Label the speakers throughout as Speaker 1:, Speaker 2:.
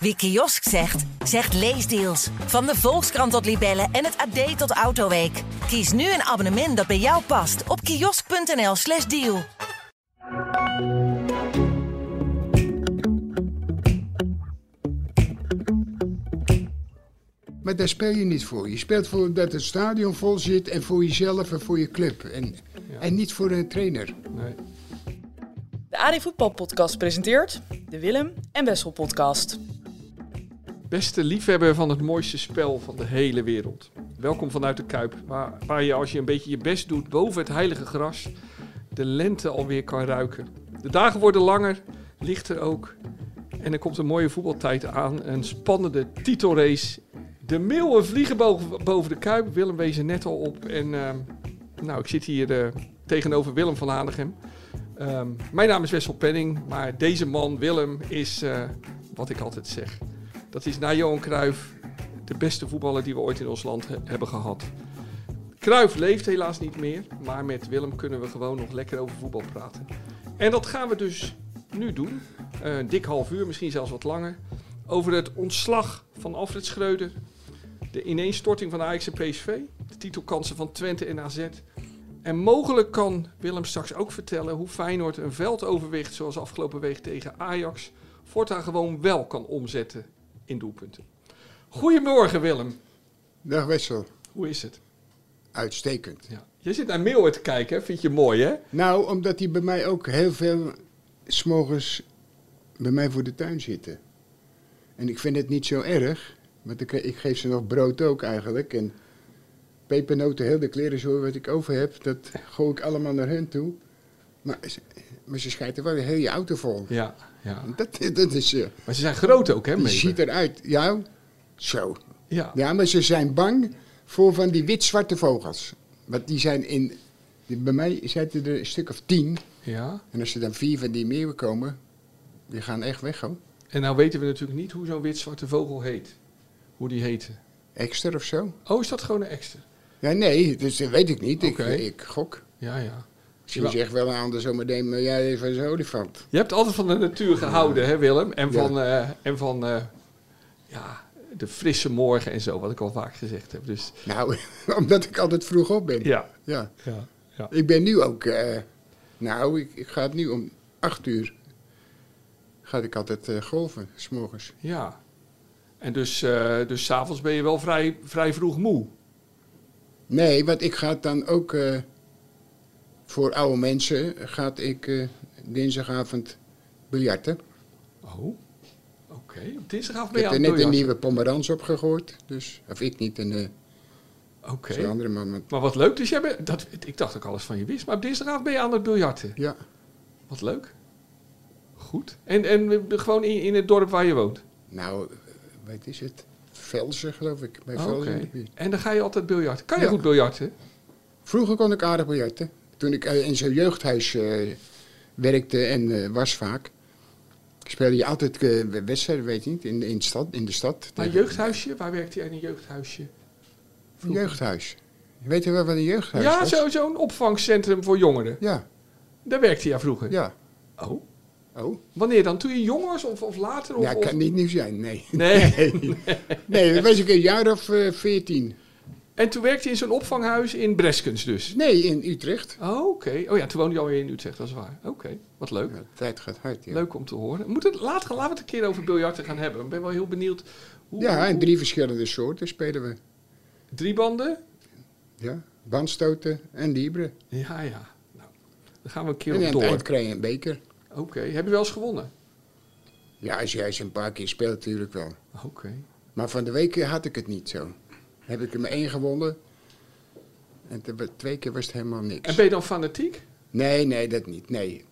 Speaker 1: Wie kiosk zegt, zegt leesdeals. Van de Volkskrant tot Libellen en het AD tot Autoweek. Kies nu een abonnement dat bij jou past op kiosk.nl/slash deal.
Speaker 2: Maar daar speel je niet voor. Je speelt voor dat het stadion vol zit en voor jezelf en voor je club. En, en niet voor een trainer.
Speaker 3: De AD Voetbal Podcast presenteert de Willem en Wessel Podcast.
Speaker 4: Beste liefhebber van het mooiste spel van de hele wereld. Welkom vanuit de Kuip, waar, waar je als je een beetje je best doet boven het heilige gras, de lente alweer kan ruiken. De dagen worden langer, lichter ook. En er komt een mooie voetbaltijd aan, een spannende titelrace. De meeuwen vliegen boven, boven de Kuip, Willem wees er net al op. En ehm, nou, ik zit hier eh, tegenover Willem van Hanegem. Ehm, mijn naam is Wessel Penning, maar deze man, Willem, is eh, wat ik altijd zeg. Dat is na Johan Cruijff de beste voetballer die we ooit in ons land he- hebben gehad. Cruijff leeft helaas niet meer, maar met Willem kunnen we gewoon nog lekker over voetbal praten. En dat gaan we dus nu doen. Eh, Een dik half uur, misschien zelfs wat langer. Over het ontslag van Alfred Schreuder. De ineenstorting van Ajax en PSV. De titelkansen van Twente en AZ. En mogelijk kan Willem straks ook vertellen hoe Feyenoord een veldoverwicht zoals afgelopen week tegen Ajax voortaan gewoon wel kan omzetten in doelpunten. Goedemorgen Willem,
Speaker 2: Dag Wessel,
Speaker 4: hoe is het?
Speaker 2: uitstekend.
Speaker 4: Ja. Jij zit naar Meeuwen te kijken, hè? vind je mooi hè?
Speaker 2: Nou, omdat die bij mij ook heel veel s'morgens bij mij voor de tuin zitten. En ik vind het niet zo erg, want ik, ik geef ze nog brood ook eigenlijk. En pepernoten, heel de klerenzooi wat ik over heb, dat gooi ik allemaal naar hen toe. Maar, ze- maar ze schijten wel heel je auto vol.
Speaker 4: Ja, ja.
Speaker 2: Dat, dat is... eh,
Speaker 4: Maar ze zijn groot ook hè,
Speaker 2: Je
Speaker 4: Meeuwen?
Speaker 2: ziet eruit. Ja, zo.
Speaker 4: Ja.
Speaker 2: Ja, maar ze zijn bang voor van die wit-zwarte vogels. Want die zijn in... die- bij mij zitten er een stuk of tien.
Speaker 4: ja.
Speaker 2: En als er dan vier van die meeuwen komen, die gaan echt weg hoor.
Speaker 4: En nou weten we natuurlijk niet hoe zo'n wit-zwarte vogel heet. Hoe die heette.
Speaker 2: Ekster of zo?
Speaker 4: Oh, is dat gewoon een extra?
Speaker 2: Ja, nee, dus dat weet ik niet.
Speaker 4: Oké.
Speaker 2: Ik, ik gok.
Speaker 4: Ja, ja.
Speaker 2: Misschien
Speaker 4: Ja.
Speaker 2: zegt wel een ander zometeen, maar jij van zo'n olifant.
Speaker 4: Je hebt altijd van de natuur gehouden, hè Willem? En
Speaker 2: Ja.
Speaker 4: van, eh, en van eh, ja, de frisse morgen en zo, wat ik al vaak gezegd heb. Dus
Speaker 2: Nou, omdat ik altijd vroeg op ben.
Speaker 4: ja.
Speaker 2: Ja.
Speaker 4: ja, ja.
Speaker 2: Ik ben nu ook... eh, nou, ik, ik ga het nu om acht uur. Ga ik altijd eh, golven, s'morgens.
Speaker 4: Ja. En dus, eh dus s'avonds ben je wel vrij, vrij vroeg moe.
Speaker 2: Nee, want ik ga dan ook eh, voor oude mensen ga ik eh, dinsdagavond biljarten.
Speaker 4: Oh. Oké. Op dinsdagavond ben
Speaker 2: ik
Speaker 4: je
Speaker 2: heb
Speaker 4: aan
Speaker 2: er
Speaker 4: het
Speaker 2: net een
Speaker 4: biljarten.
Speaker 2: nieuwe pomerans opgegooid. Dus, of ik niet, en eh
Speaker 4: Oké.
Speaker 2: zo'n andere man. maar-
Speaker 4: Maar wat leuk, dus jij bent, dat, ik dacht ook alles van je wist, maar op dinsdagavond ben je aan het biljarten.
Speaker 2: Ja,
Speaker 4: Wat leuk. Goed. En, en eh, gewoon in, in het dorp waar je woont.
Speaker 2: nou, eh, wat is het? Velsen, geloof ik. Bij
Speaker 4: Oh, Oké.
Speaker 2: Velsen in de buurt.
Speaker 4: En dan ga je altijd biljarten. Kan je
Speaker 2: Ja.
Speaker 4: goed biljarten?
Speaker 2: Vroeger kon ik aardig biljarten. Toen ik eh, in zo'n jeugdhuis eh, werkte en eh, was vaak. Speelde je altijd eh, wedstrijden, weet je niet, in, in, stad, in de stad.
Speaker 4: Maar een jeugdhuisje? Waar werkte jij in een jeugdhuisje?
Speaker 2: Een jeugdhuis. Je weet wel wat een jeugdhuis
Speaker 4: ja,
Speaker 2: was?
Speaker 4: zo- zo'n opvangcentrum voor jongeren.
Speaker 2: Ja,
Speaker 4: Daar werkte jij vroeger.
Speaker 2: ja.
Speaker 4: Oh.
Speaker 2: Oh,
Speaker 4: Wanneer dan? Toen je jong was of, of later? Of,
Speaker 2: ja,
Speaker 4: of-
Speaker 2: kan niet nieuw zijn, nee.
Speaker 4: Nee.
Speaker 2: Nee, dat was ik een jaar of eh, veertien.
Speaker 4: En toen werkte je in zo'n opvanghuis in Breskens dus?
Speaker 2: nee, in Utrecht.
Speaker 4: Oh, oké. Oh ja, toen woonde je alweer in Utrecht, dat is waar. Oké, wat leuk.
Speaker 2: Ja, de tijd gaat hard, ja.
Speaker 4: Leuk om te horen. Moet het, laat, laten we het een keer over biljarten gaan hebben. Ik ben wel heel benieuwd. Hoe,
Speaker 2: Ja, en
Speaker 4: hoe-
Speaker 2: drie verschillende soorten spelen we.
Speaker 4: drie banden?
Speaker 2: Ja, bandstoten en libre.
Speaker 4: Ja, ja. Nou, dan gaan we een keer
Speaker 2: En
Speaker 4: op
Speaker 2: aan
Speaker 4: door.
Speaker 2: het eind krijg je een beker.
Speaker 4: Oké, heb je wel eens gewonnen?
Speaker 2: Ja, als jij eens een paar keer speelt, natuurlijk wel.
Speaker 4: Oké.
Speaker 2: Maar van de week had ik het niet zo. Heb ik er maar één gewonnen. En te- twee keer was het helemaal niks.
Speaker 4: En ben je dan fanatiek?
Speaker 2: Nee, nee, dat niet. Nee.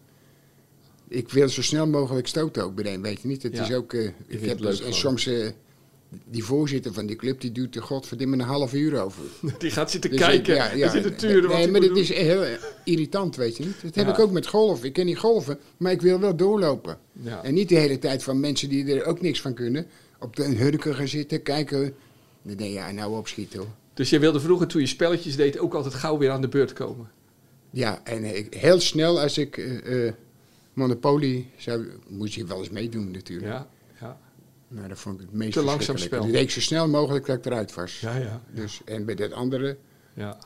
Speaker 2: Ik wil zo snel mogelijk stoten ook bij een, weet je niet? Het
Speaker 4: Ja.
Speaker 2: is ook... eh, ik
Speaker 4: vindt
Speaker 2: heb
Speaker 4: het leuk
Speaker 2: dus- en
Speaker 4: gewoon.
Speaker 2: soms... eh, die voorzitter van die club, die duurt er godverdomme een half uur over.
Speaker 4: Die gaat zitten
Speaker 2: Dus ik-
Speaker 4: kijken
Speaker 2: ja, ja,
Speaker 4: en zitten
Speaker 2: nee,
Speaker 4: turen. wat
Speaker 2: Nee,
Speaker 4: hij
Speaker 2: maar
Speaker 4: moet
Speaker 2: dat
Speaker 4: doen.
Speaker 2: is heel eh, irritant, weet je niet? Dat heb
Speaker 4: Ja.
Speaker 2: ik ook met golf. Ik ken niet golven, maar ik wil wel doorlopen.
Speaker 4: Ja.
Speaker 2: En niet de hele tijd van mensen die er ook niks van kunnen... op de een hurken gaan zitten, kijken... Dan denk je, ja, nou opschieten hoor.
Speaker 4: Dus je wilde vroeger, toen je spelletjes deed, ook altijd gauw weer aan de beurt komen.
Speaker 2: Ja, en ik- heel snel als ik eh, eh, Monopoly zou... moest je wel eens meedoen natuurlijk.
Speaker 4: Ja, ja.
Speaker 2: Nou, dat vond ik het meest
Speaker 4: Te langzaam
Speaker 2: verschrikkelijke.
Speaker 4: spel.
Speaker 2: Die deed ik zo snel mogelijk dat ik eruit was.
Speaker 4: Ja, ja. Oh,
Speaker 2: Dus, en bij dat andere,
Speaker 4: Ja,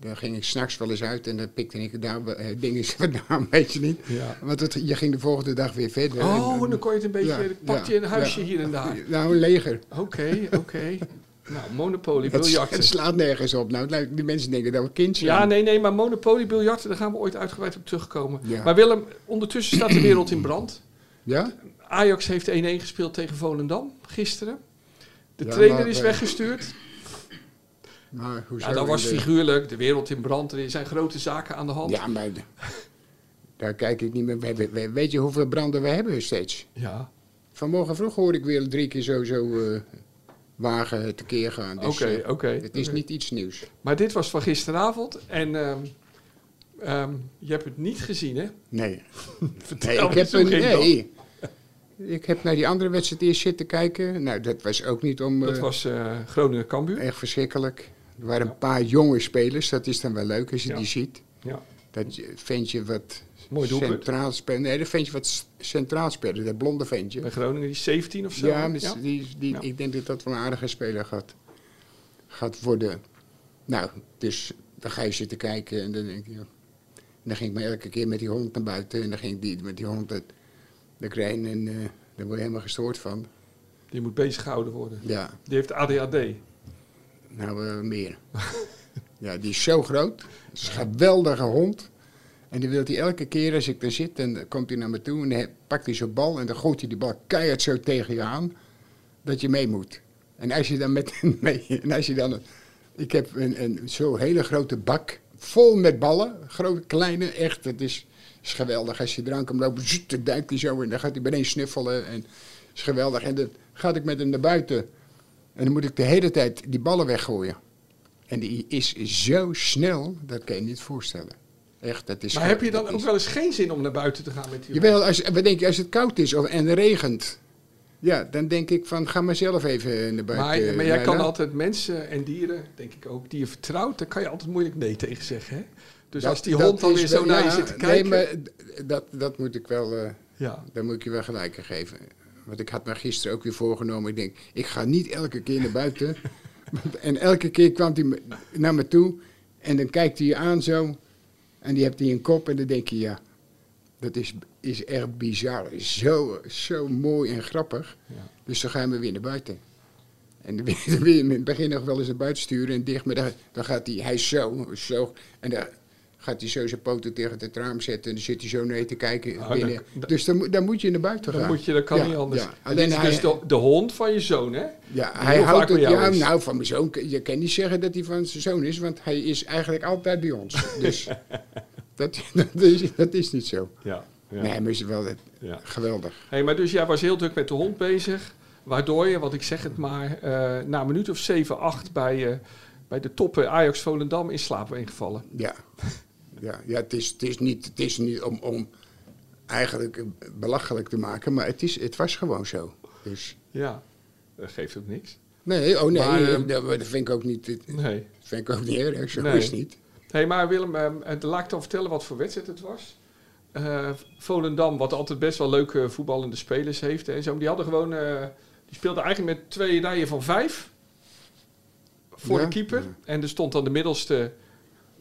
Speaker 2: daar ging ik s'nachts wel eens uit en dan pikte ik daar eh, dingen vandaan, weet je niet.
Speaker 4: Ja.
Speaker 2: Want het, je ging de volgende dag weer verder.
Speaker 4: Oh, en dan kon je het een beetje- pak je een huisje
Speaker 2: ja.
Speaker 4: hier en daar.
Speaker 2: Nou, een leger.
Speaker 4: oké, oké. Nou, Monopoly,
Speaker 2: Het, sla- het
Speaker 4: biljarten.
Speaker 2: slaat nergens op. Nou, het lijkt- die mensen denken dat we kind zijn.
Speaker 4: Ja, nee, nee, maar Monopoly, biljarten, daar gaan we ooit uitgebreid op terugkomen.
Speaker 2: Ja.
Speaker 4: Maar Willem, ondertussen staat de wereld in brand.
Speaker 2: Ja?
Speaker 4: Ajax heeft 1-1 gespeeld tegen Volendam gisteren. De
Speaker 2: Ja,
Speaker 4: trainer
Speaker 2: maar,
Speaker 4: is
Speaker 2: eh,
Speaker 4: weggestuurd.
Speaker 2: Maar hoezo?
Speaker 4: Ja, dat
Speaker 2: in
Speaker 4: was
Speaker 2: de-
Speaker 4: figuurlijk. De wereld in brand. Er zijn grote zaken aan de hand.
Speaker 2: Ja, maar de- daar kijk ik niet meer. We hebben- we- weet je hoeveel branden we hebben steeds?
Speaker 4: Ja.
Speaker 2: Vanmorgen vroeg hoorde ik weer drie keer sowieso eh, wagen tekeer gaan. Dus,
Speaker 4: Oké,
Speaker 2: eh,
Speaker 4: oké.
Speaker 2: Het is niet iets nieuws.
Speaker 4: Maar dit was van gisteravond. En ehm, ehm, je hebt het niet gezien, hè?
Speaker 2: Nee.
Speaker 4: Vertel
Speaker 2: ik heb
Speaker 4: eens, hoe
Speaker 2: een,
Speaker 4: ging dat?
Speaker 2: nee. Ik heb naar die andere wedstrijd eerst zitten kijken. Nou, dat was ook niet om...
Speaker 4: Dat
Speaker 2: eh,
Speaker 4: was eh Groningen-Kambuur.
Speaker 2: Echt verschrikkelijk. Er waren een paar jonge spelers, dat is dan wel leuk als je
Speaker 4: Ja.
Speaker 2: die ziet.
Speaker 4: Ja.
Speaker 2: Dat je- ventje wat
Speaker 4: Mooi doelpunt.
Speaker 2: centraal speelde. Nee, dat ventje wat s- centraal speelde, dat blonde ventje.
Speaker 4: Bij Groningen, die 17 of zo.
Speaker 2: Ja, dus
Speaker 4: ja.
Speaker 2: Die, die,
Speaker 4: Ja.
Speaker 2: ik denk dat dat wel een aardige speler gaat, gaat worden. Nou, dus dan ga je zitten kijken en dan denk je... joh. En dan ging ik maar elke keer met die hond naar buiten en dan ging die met die hond... Dat, de krein en eh, daar word je helemaal gestoord van.
Speaker 4: die moet bezig gehouden worden.
Speaker 2: Ja,
Speaker 4: Die heeft ADHD.
Speaker 2: Nou, eh, meer. ja, die is zo groot. Het is een geweldige hond. En die wil hij elke keer als ik daar zit, dan eh, komt hij naar me toe en dan he- pakt hij zo'n bal en dan gooit hij die bal keihard zo tegen je aan, dat je mee moet. En als je dan met mee, en als je dan, een- ik heb een, een zo'n hele grote bak vol met ballen, grote, kleine, echt, het is, is geweldig. Als je drank hem loopt, zoet, dan duikt hij zo en dan gaat hij beneden snuffelen en is geweldig. En dan ga ik met hem naar buiten en dan moet ik de hele tijd die ballen weggooien. En die is zo snel, dat kan je niet voorstellen. Echt, dat is
Speaker 4: Maar
Speaker 2: gewoon-
Speaker 4: heb je dan
Speaker 2: dat
Speaker 4: ook
Speaker 2: is-
Speaker 4: wel eens geen zin om naar buiten te gaan met die
Speaker 2: Jawel, als, wat denk je, als het koud is of, en regent, ja, dan denk ik van ga maar zelf even naar buiten.
Speaker 4: Maar,
Speaker 2: eh,
Speaker 4: maar jij
Speaker 2: Leila.
Speaker 4: kan altijd mensen en dieren, denk ik ook, die je vertrouwt, daar kan je altijd moeilijk nee tegen zeggen. Hè? Dus
Speaker 2: Dat-
Speaker 4: als die
Speaker 2: dat
Speaker 4: hond dan
Speaker 2: is
Speaker 4: weer zo
Speaker 2: wel-
Speaker 4: naar
Speaker 2: ja,
Speaker 4: je zit te
Speaker 2: Nee,
Speaker 4: kijken.
Speaker 2: maar d- dat, dat moet ik wel, eh,
Speaker 4: ja.
Speaker 2: daar moet ik je wel gelijk in geven. Want ik had me gisteren ook weer voorgenomen. Ik denk, ik ga niet elke keer naar buiten. Want- en elke keer kwam hij me- naar me toe en dan kijkt hij je aan zo. En die hebt hij een kop en dan denk je, ja, dat is, is echt bizar. Zo, zo mooi en grappig.
Speaker 4: Ja.
Speaker 2: Dus dan gaan we weer naar buiten. En dan wil je- dan wil je hem in het begin nog wel eens naar buiten sturen en dicht. Maar dan, dan gaat hij, hij is zo, zo. En dan gaat hij zo zijn poten tegen het raam zetten. En dan zit hij zo naar je te kijken.
Speaker 4: Ah,
Speaker 2: binnen.
Speaker 4: dan- dan-
Speaker 2: dus dan, moet- dan moet je naar buiten
Speaker 4: Dan
Speaker 2: gaan.
Speaker 4: moet je, dat kan
Speaker 2: Ja,
Speaker 4: niet anders.
Speaker 2: ja.
Speaker 4: En dit
Speaker 2: Alleen
Speaker 4: is
Speaker 2: hij,
Speaker 4: dus de, de hond van je zoon, hè?
Speaker 2: ja,
Speaker 4: Die
Speaker 2: hij
Speaker 4: heel vaak
Speaker 2: houdt het,
Speaker 4: bij jou
Speaker 2: ja,
Speaker 4: is.
Speaker 2: nou van mijn zoon, kun- je kan niet zeggen dat hij van zijn zoon is, want hij is eigenlijk altijd bij ons. Dus dat, dat, is, dat is niet zo.
Speaker 4: Ja, ja.
Speaker 2: Nee, maar is wel eh,
Speaker 4: Ja.
Speaker 2: geweldig.
Speaker 4: Hey, maar dus jij was heel druk met de hond bezig. Waardoor je, want ik zeg het maar, eh, na een minuut of 7, 8 bij, eh, bij de toppen Ajax Volendam in slaap bent gevallen.
Speaker 2: Ja, ja, ja het, is, het is niet, het is niet om, om eigenlijk eh, belachelijk te maken, maar het, is, het was gewoon zo. Dus,
Speaker 4: Ja, dat geeft ook niks.
Speaker 2: nee, oh nee,
Speaker 4: Maar, eh,
Speaker 2: dat, dat vind ik ook niet, dat
Speaker 4: Nee.
Speaker 2: vind ik ook niet erg, zo
Speaker 4: Nee.
Speaker 2: is het niet.
Speaker 4: Hé, hey, maar Willem, ehm, eh, laat ik dan vertellen wat voor wedstrijd het was. Eh, Volendam, wat altijd best wel leuke eh, voetballende spelers heeft. En zo, die hadden gewoon. eh, die speelden eigenlijk met twee rijen van vijf. Voor
Speaker 2: Ja.
Speaker 4: de keeper. En er stond dan de middelste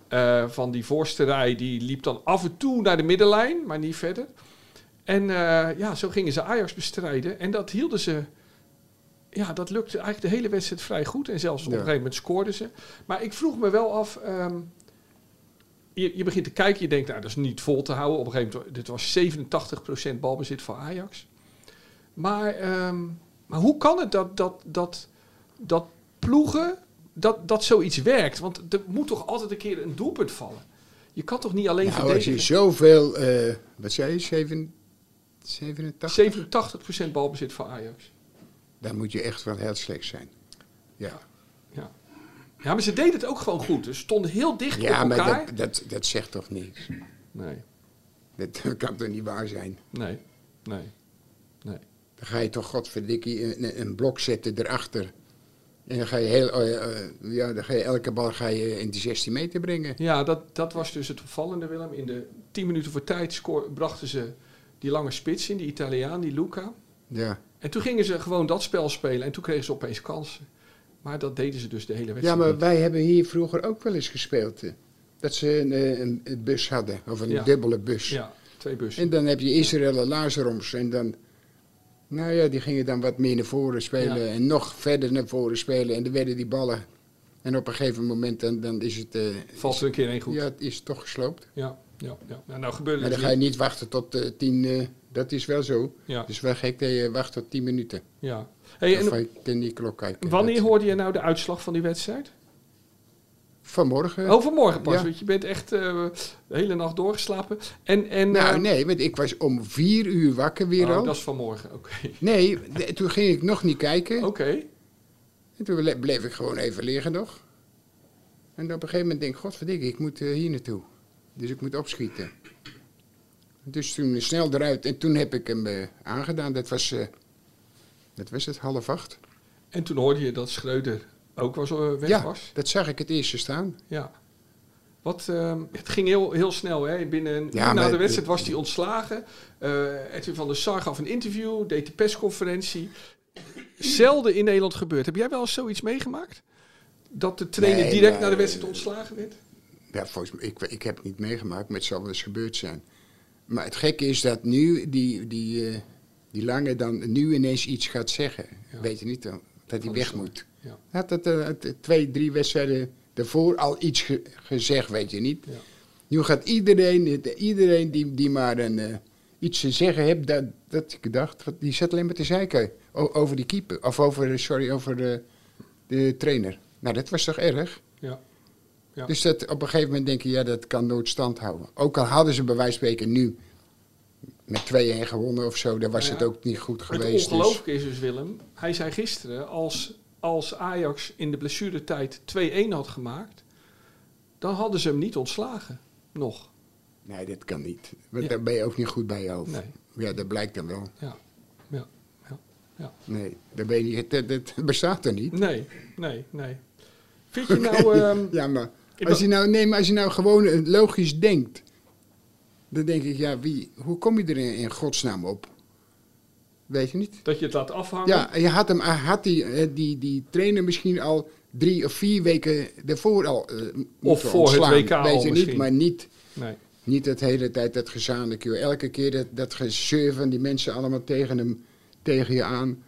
Speaker 4: eh, van die voorste rij. Die liep dan af en toe naar de middenlijn, maar niet verder. En eh, ja, zo gingen ze Ajax bestrijden. En dat hielden ze. Ja, dat lukte eigenlijk de hele wedstrijd vrij goed. En zelfs op een
Speaker 2: Ja.
Speaker 4: gegeven moment scoorden ze. Maar ik vroeg me wel af. ehm, je, je begint te kijken, je denkt, nou, dat is niet vol te houden. Op een gegeven moment, dit was 87% balbezit van Ajax. Maar, ehm, maar hoe kan het dat, dat, dat, dat ploegen, dat, dat zoiets werkt? Want er moet toch altijd een keer een doelpunt vallen? Je kan toch niet alleen
Speaker 2: Nou, als je
Speaker 4: verdedigen?
Speaker 2: zoveel, eh, wat zei je, zeven- 87?
Speaker 4: 87% balbezit van Ajax.
Speaker 2: Dan moet je echt wel heel slecht zijn. Ja,
Speaker 4: Ja. ja, maar ze deden het ook gewoon goed. Ze stonden heel dicht
Speaker 2: ja
Speaker 4: op
Speaker 2: maar
Speaker 4: elkaar.
Speaker 2: dat, dat, dat zegt toch niks?
Speaker 4: Nee,
Speaker 2: Dat, dat kan toch niet waar zijn?
Speaker 4: nee, nee, nee.
Speaker 2: Dan ga je toch godverdikkie een, een blok zetten erachter. En dan ga je, heel, eh, eh, ja, dan ga je elke bal ga je in die 16 meter brengen.
Speaker 4: Ja, dat, dat was dus het opvallende, Willem. In de tien minuten voor tijd scoor- brachten ze die lange spits in, die Italiaan, die Luca.
Speaker 2: Ja.
Speaker 4: En toen gingen ze gewoon dat spel spelen en toen kregen ze opeens kansen. Maar dat deden ze dus de hele
Speaker 2: Ja,
Speaker 4: wedstrijd.
Speaker 2: maar
Speaker 4: niet.
Speaker 2: wij hebben hier vroeger ook wel eens gespeeld. eh, Dat ze een, eh, een, een bus hadden, of een
Speaker 4: Ja.
Speaker 2: dubbele bus.
Speaker 4: Ja, twee bussen.
Speaker 2: En dan heb je Israël en Lazaroms. En dan, nou ja, die gingen dan wat meer naar voren spelen. En nog verder naar voren spelen. En dan werden die ballen. En op een gegeven moment dan, dan is het... eh,
Speaker 4: Valt er een keer één goed.
Speaker 2: Ja,
Speaker 4: Ja,
Speaker 2: het is toch gesloopt.
Speaker 4: ja, ja. Nou, nou gebeurde
Speaker 2: Maar
Speaker 4: het
Speaker 2: dan ga je
Speaker 4: niet.
Speaker 2: niet wachten tot eh, tien... eh, dat is wel zo.
Speaker 4: Ja,
Speaker 2: Dus wel gek dat je wacht tot tien minuten.
Speaker 4: ja. Hey,
Speaker 2: of
Speaker 4: en
Speaker 2: je kan die klok kijken.
Speaker 4: wanneer
Speaker 2: Dat-
Speaker 4: hoorde je nou de uitslag van die wedstrijd?
Speaker 2: Vanmorgen.
Speaker 4: Oh, Overmorgen pas,
Speaker 2: ja.
Speaker 4: want je bent echt eh, de hele nacht doorgeslapen. En, en,
Speaker 2: nou,
Speaker 4: eh,
Speaker 2: nee, want ik was om vier uur wakker weer
Speaker 4: oh,
Speaker 2: al.
Speaker 4: dat is vanmorgen, oké.
Speaker 2: Nee, de- toen ging ik nog niet kijken.
Speaker 4: Oké,
Speaker 2: En toen ble- bleef ik gewoon even liggen nog. En op een gegeven moment denk ik, godverdikke, ik moet eh, hier naartoe. Dus ik moet opschieten. Dus toen snel eruit en toen heb ik hem eh, aangedaan. Dat was, eh, dat was het, half acht.
Speaker 4: en toen hoorde je dat Schreuder ook was, eh, weg
Speaker 2: ja,
Speaker 4: was.
Speaker 2: dat zag ik het eerste staan.
Speaker 4: Ja. Wat, ehm, het ging heel, heel snel. Hè? Binnen een
Speaker 2: Ja,
Speaker 4: uur na
Speaker 2: maar-
Speaker 4: de wedstrijd was hij ontslagen. Eh Edwin van der Sar gaf een interview, deed de persconferentie. Zelden in Nederland gebeurd. Heb jij wel eens zoiets meegemaakt? Dat de trainer
Speaker 2: Nee,
Speaker 4: direct
Speaker 2: maar-
Speaker 4: na de wedstrijd ontslagen werd?
Speaker 2: Ja, volgens mij, ik, ik heb het niet meegemaakt, maar het zal wel eens gebeurd zijn. Maar het gekke is dat nu die, die, eh, die lange dan nu ineens iets gaat zeggen.
Speaker 4: Ja.
Speaker 2: Weet je niet, dan, dat hij
Speaker 4: Van
Speaker 2: weg
Speaker 4: Sar,
Speaker 2: moet.
Speaker 4: ja.
Speaker 2: Hij had het eh, het, eh, twee, drie wedstrijden daarvoor al iets ge- gezegd, weet je niet.
Speaker 4: Ja.
Speaker 2: Nu gaat iedereen, het- iedereen die, die maar een, eh, iets te zeggen heeft, dat, dat ik dacht, wat- die zat alleen maar te zeiken o- over die keeper. Of over, eh, sorry, over de, de trainer. Nou, dat was toch erg?
Speaker 4: Ja. Ja.
Speaker 2: Dus dat op een gegeven moment denk je, ja, dat kan nooit stand houden. Ook al hadden ze bij wijze van spreken nu met 2-1 gewonnen of zo, dan was
Speaker 4: Ja.
Speaker 2: het ook niet goed geweest.
Speaker 4: Het
Speaker 2: dus-
Speaker 4: ongelooflijke is dus, Willem, hij zei gisteren, als, als Ajax in de blessuretijd 2-1 had gemaakt, dan hadden ze hem niet ontslagen. Nog.
Speaker 2: Nee, dat kan niet. Want
Speaker 4: Ja.
Speaker 2: daar ben je ook niet goed bij je hoofd.
Speaker 4: Nee.
Speaker 2: Ja, dat blijkt dan wel.
Speaker 4: Ja. Ja. ja. ja.
Speaker 2: Nee, daar ben je niet, dat, dat bestaat er niet.
Speaker 4: Nee, nee, nee. Vind je nou... ehm,
Speaker 2: ja, maar
Speaker 4: ik
Speaker 2: als je
Speaker 4: wil-
Speaker 2: nou, nee, maar als je nou gewoon eh, logisch denkt, dan denk ik, ja, wie, hoe kom je er in, in godsnaam op? Weet je niet?
Speaker 4: dat je het laat afhangen?
Speaker 2: Ja, je had, hem, had die, eh, die, die trainer misschien al drie of vier weken daarvoor al eh, moeten
Speaker 4: voor het
Speaker 2: ontslaan.
Speaker 4: WK al
Speaker 2: Weet je
Speaker 4: misschien.
Speaker 2: niet, maar niet,
Speaker 4: Nee.
Speaker 2: niet dat hele tijd dat gezanik. joh. Elke keer dat, dat gezeur van die mensen allemaal tegen, hem, tegen je aan.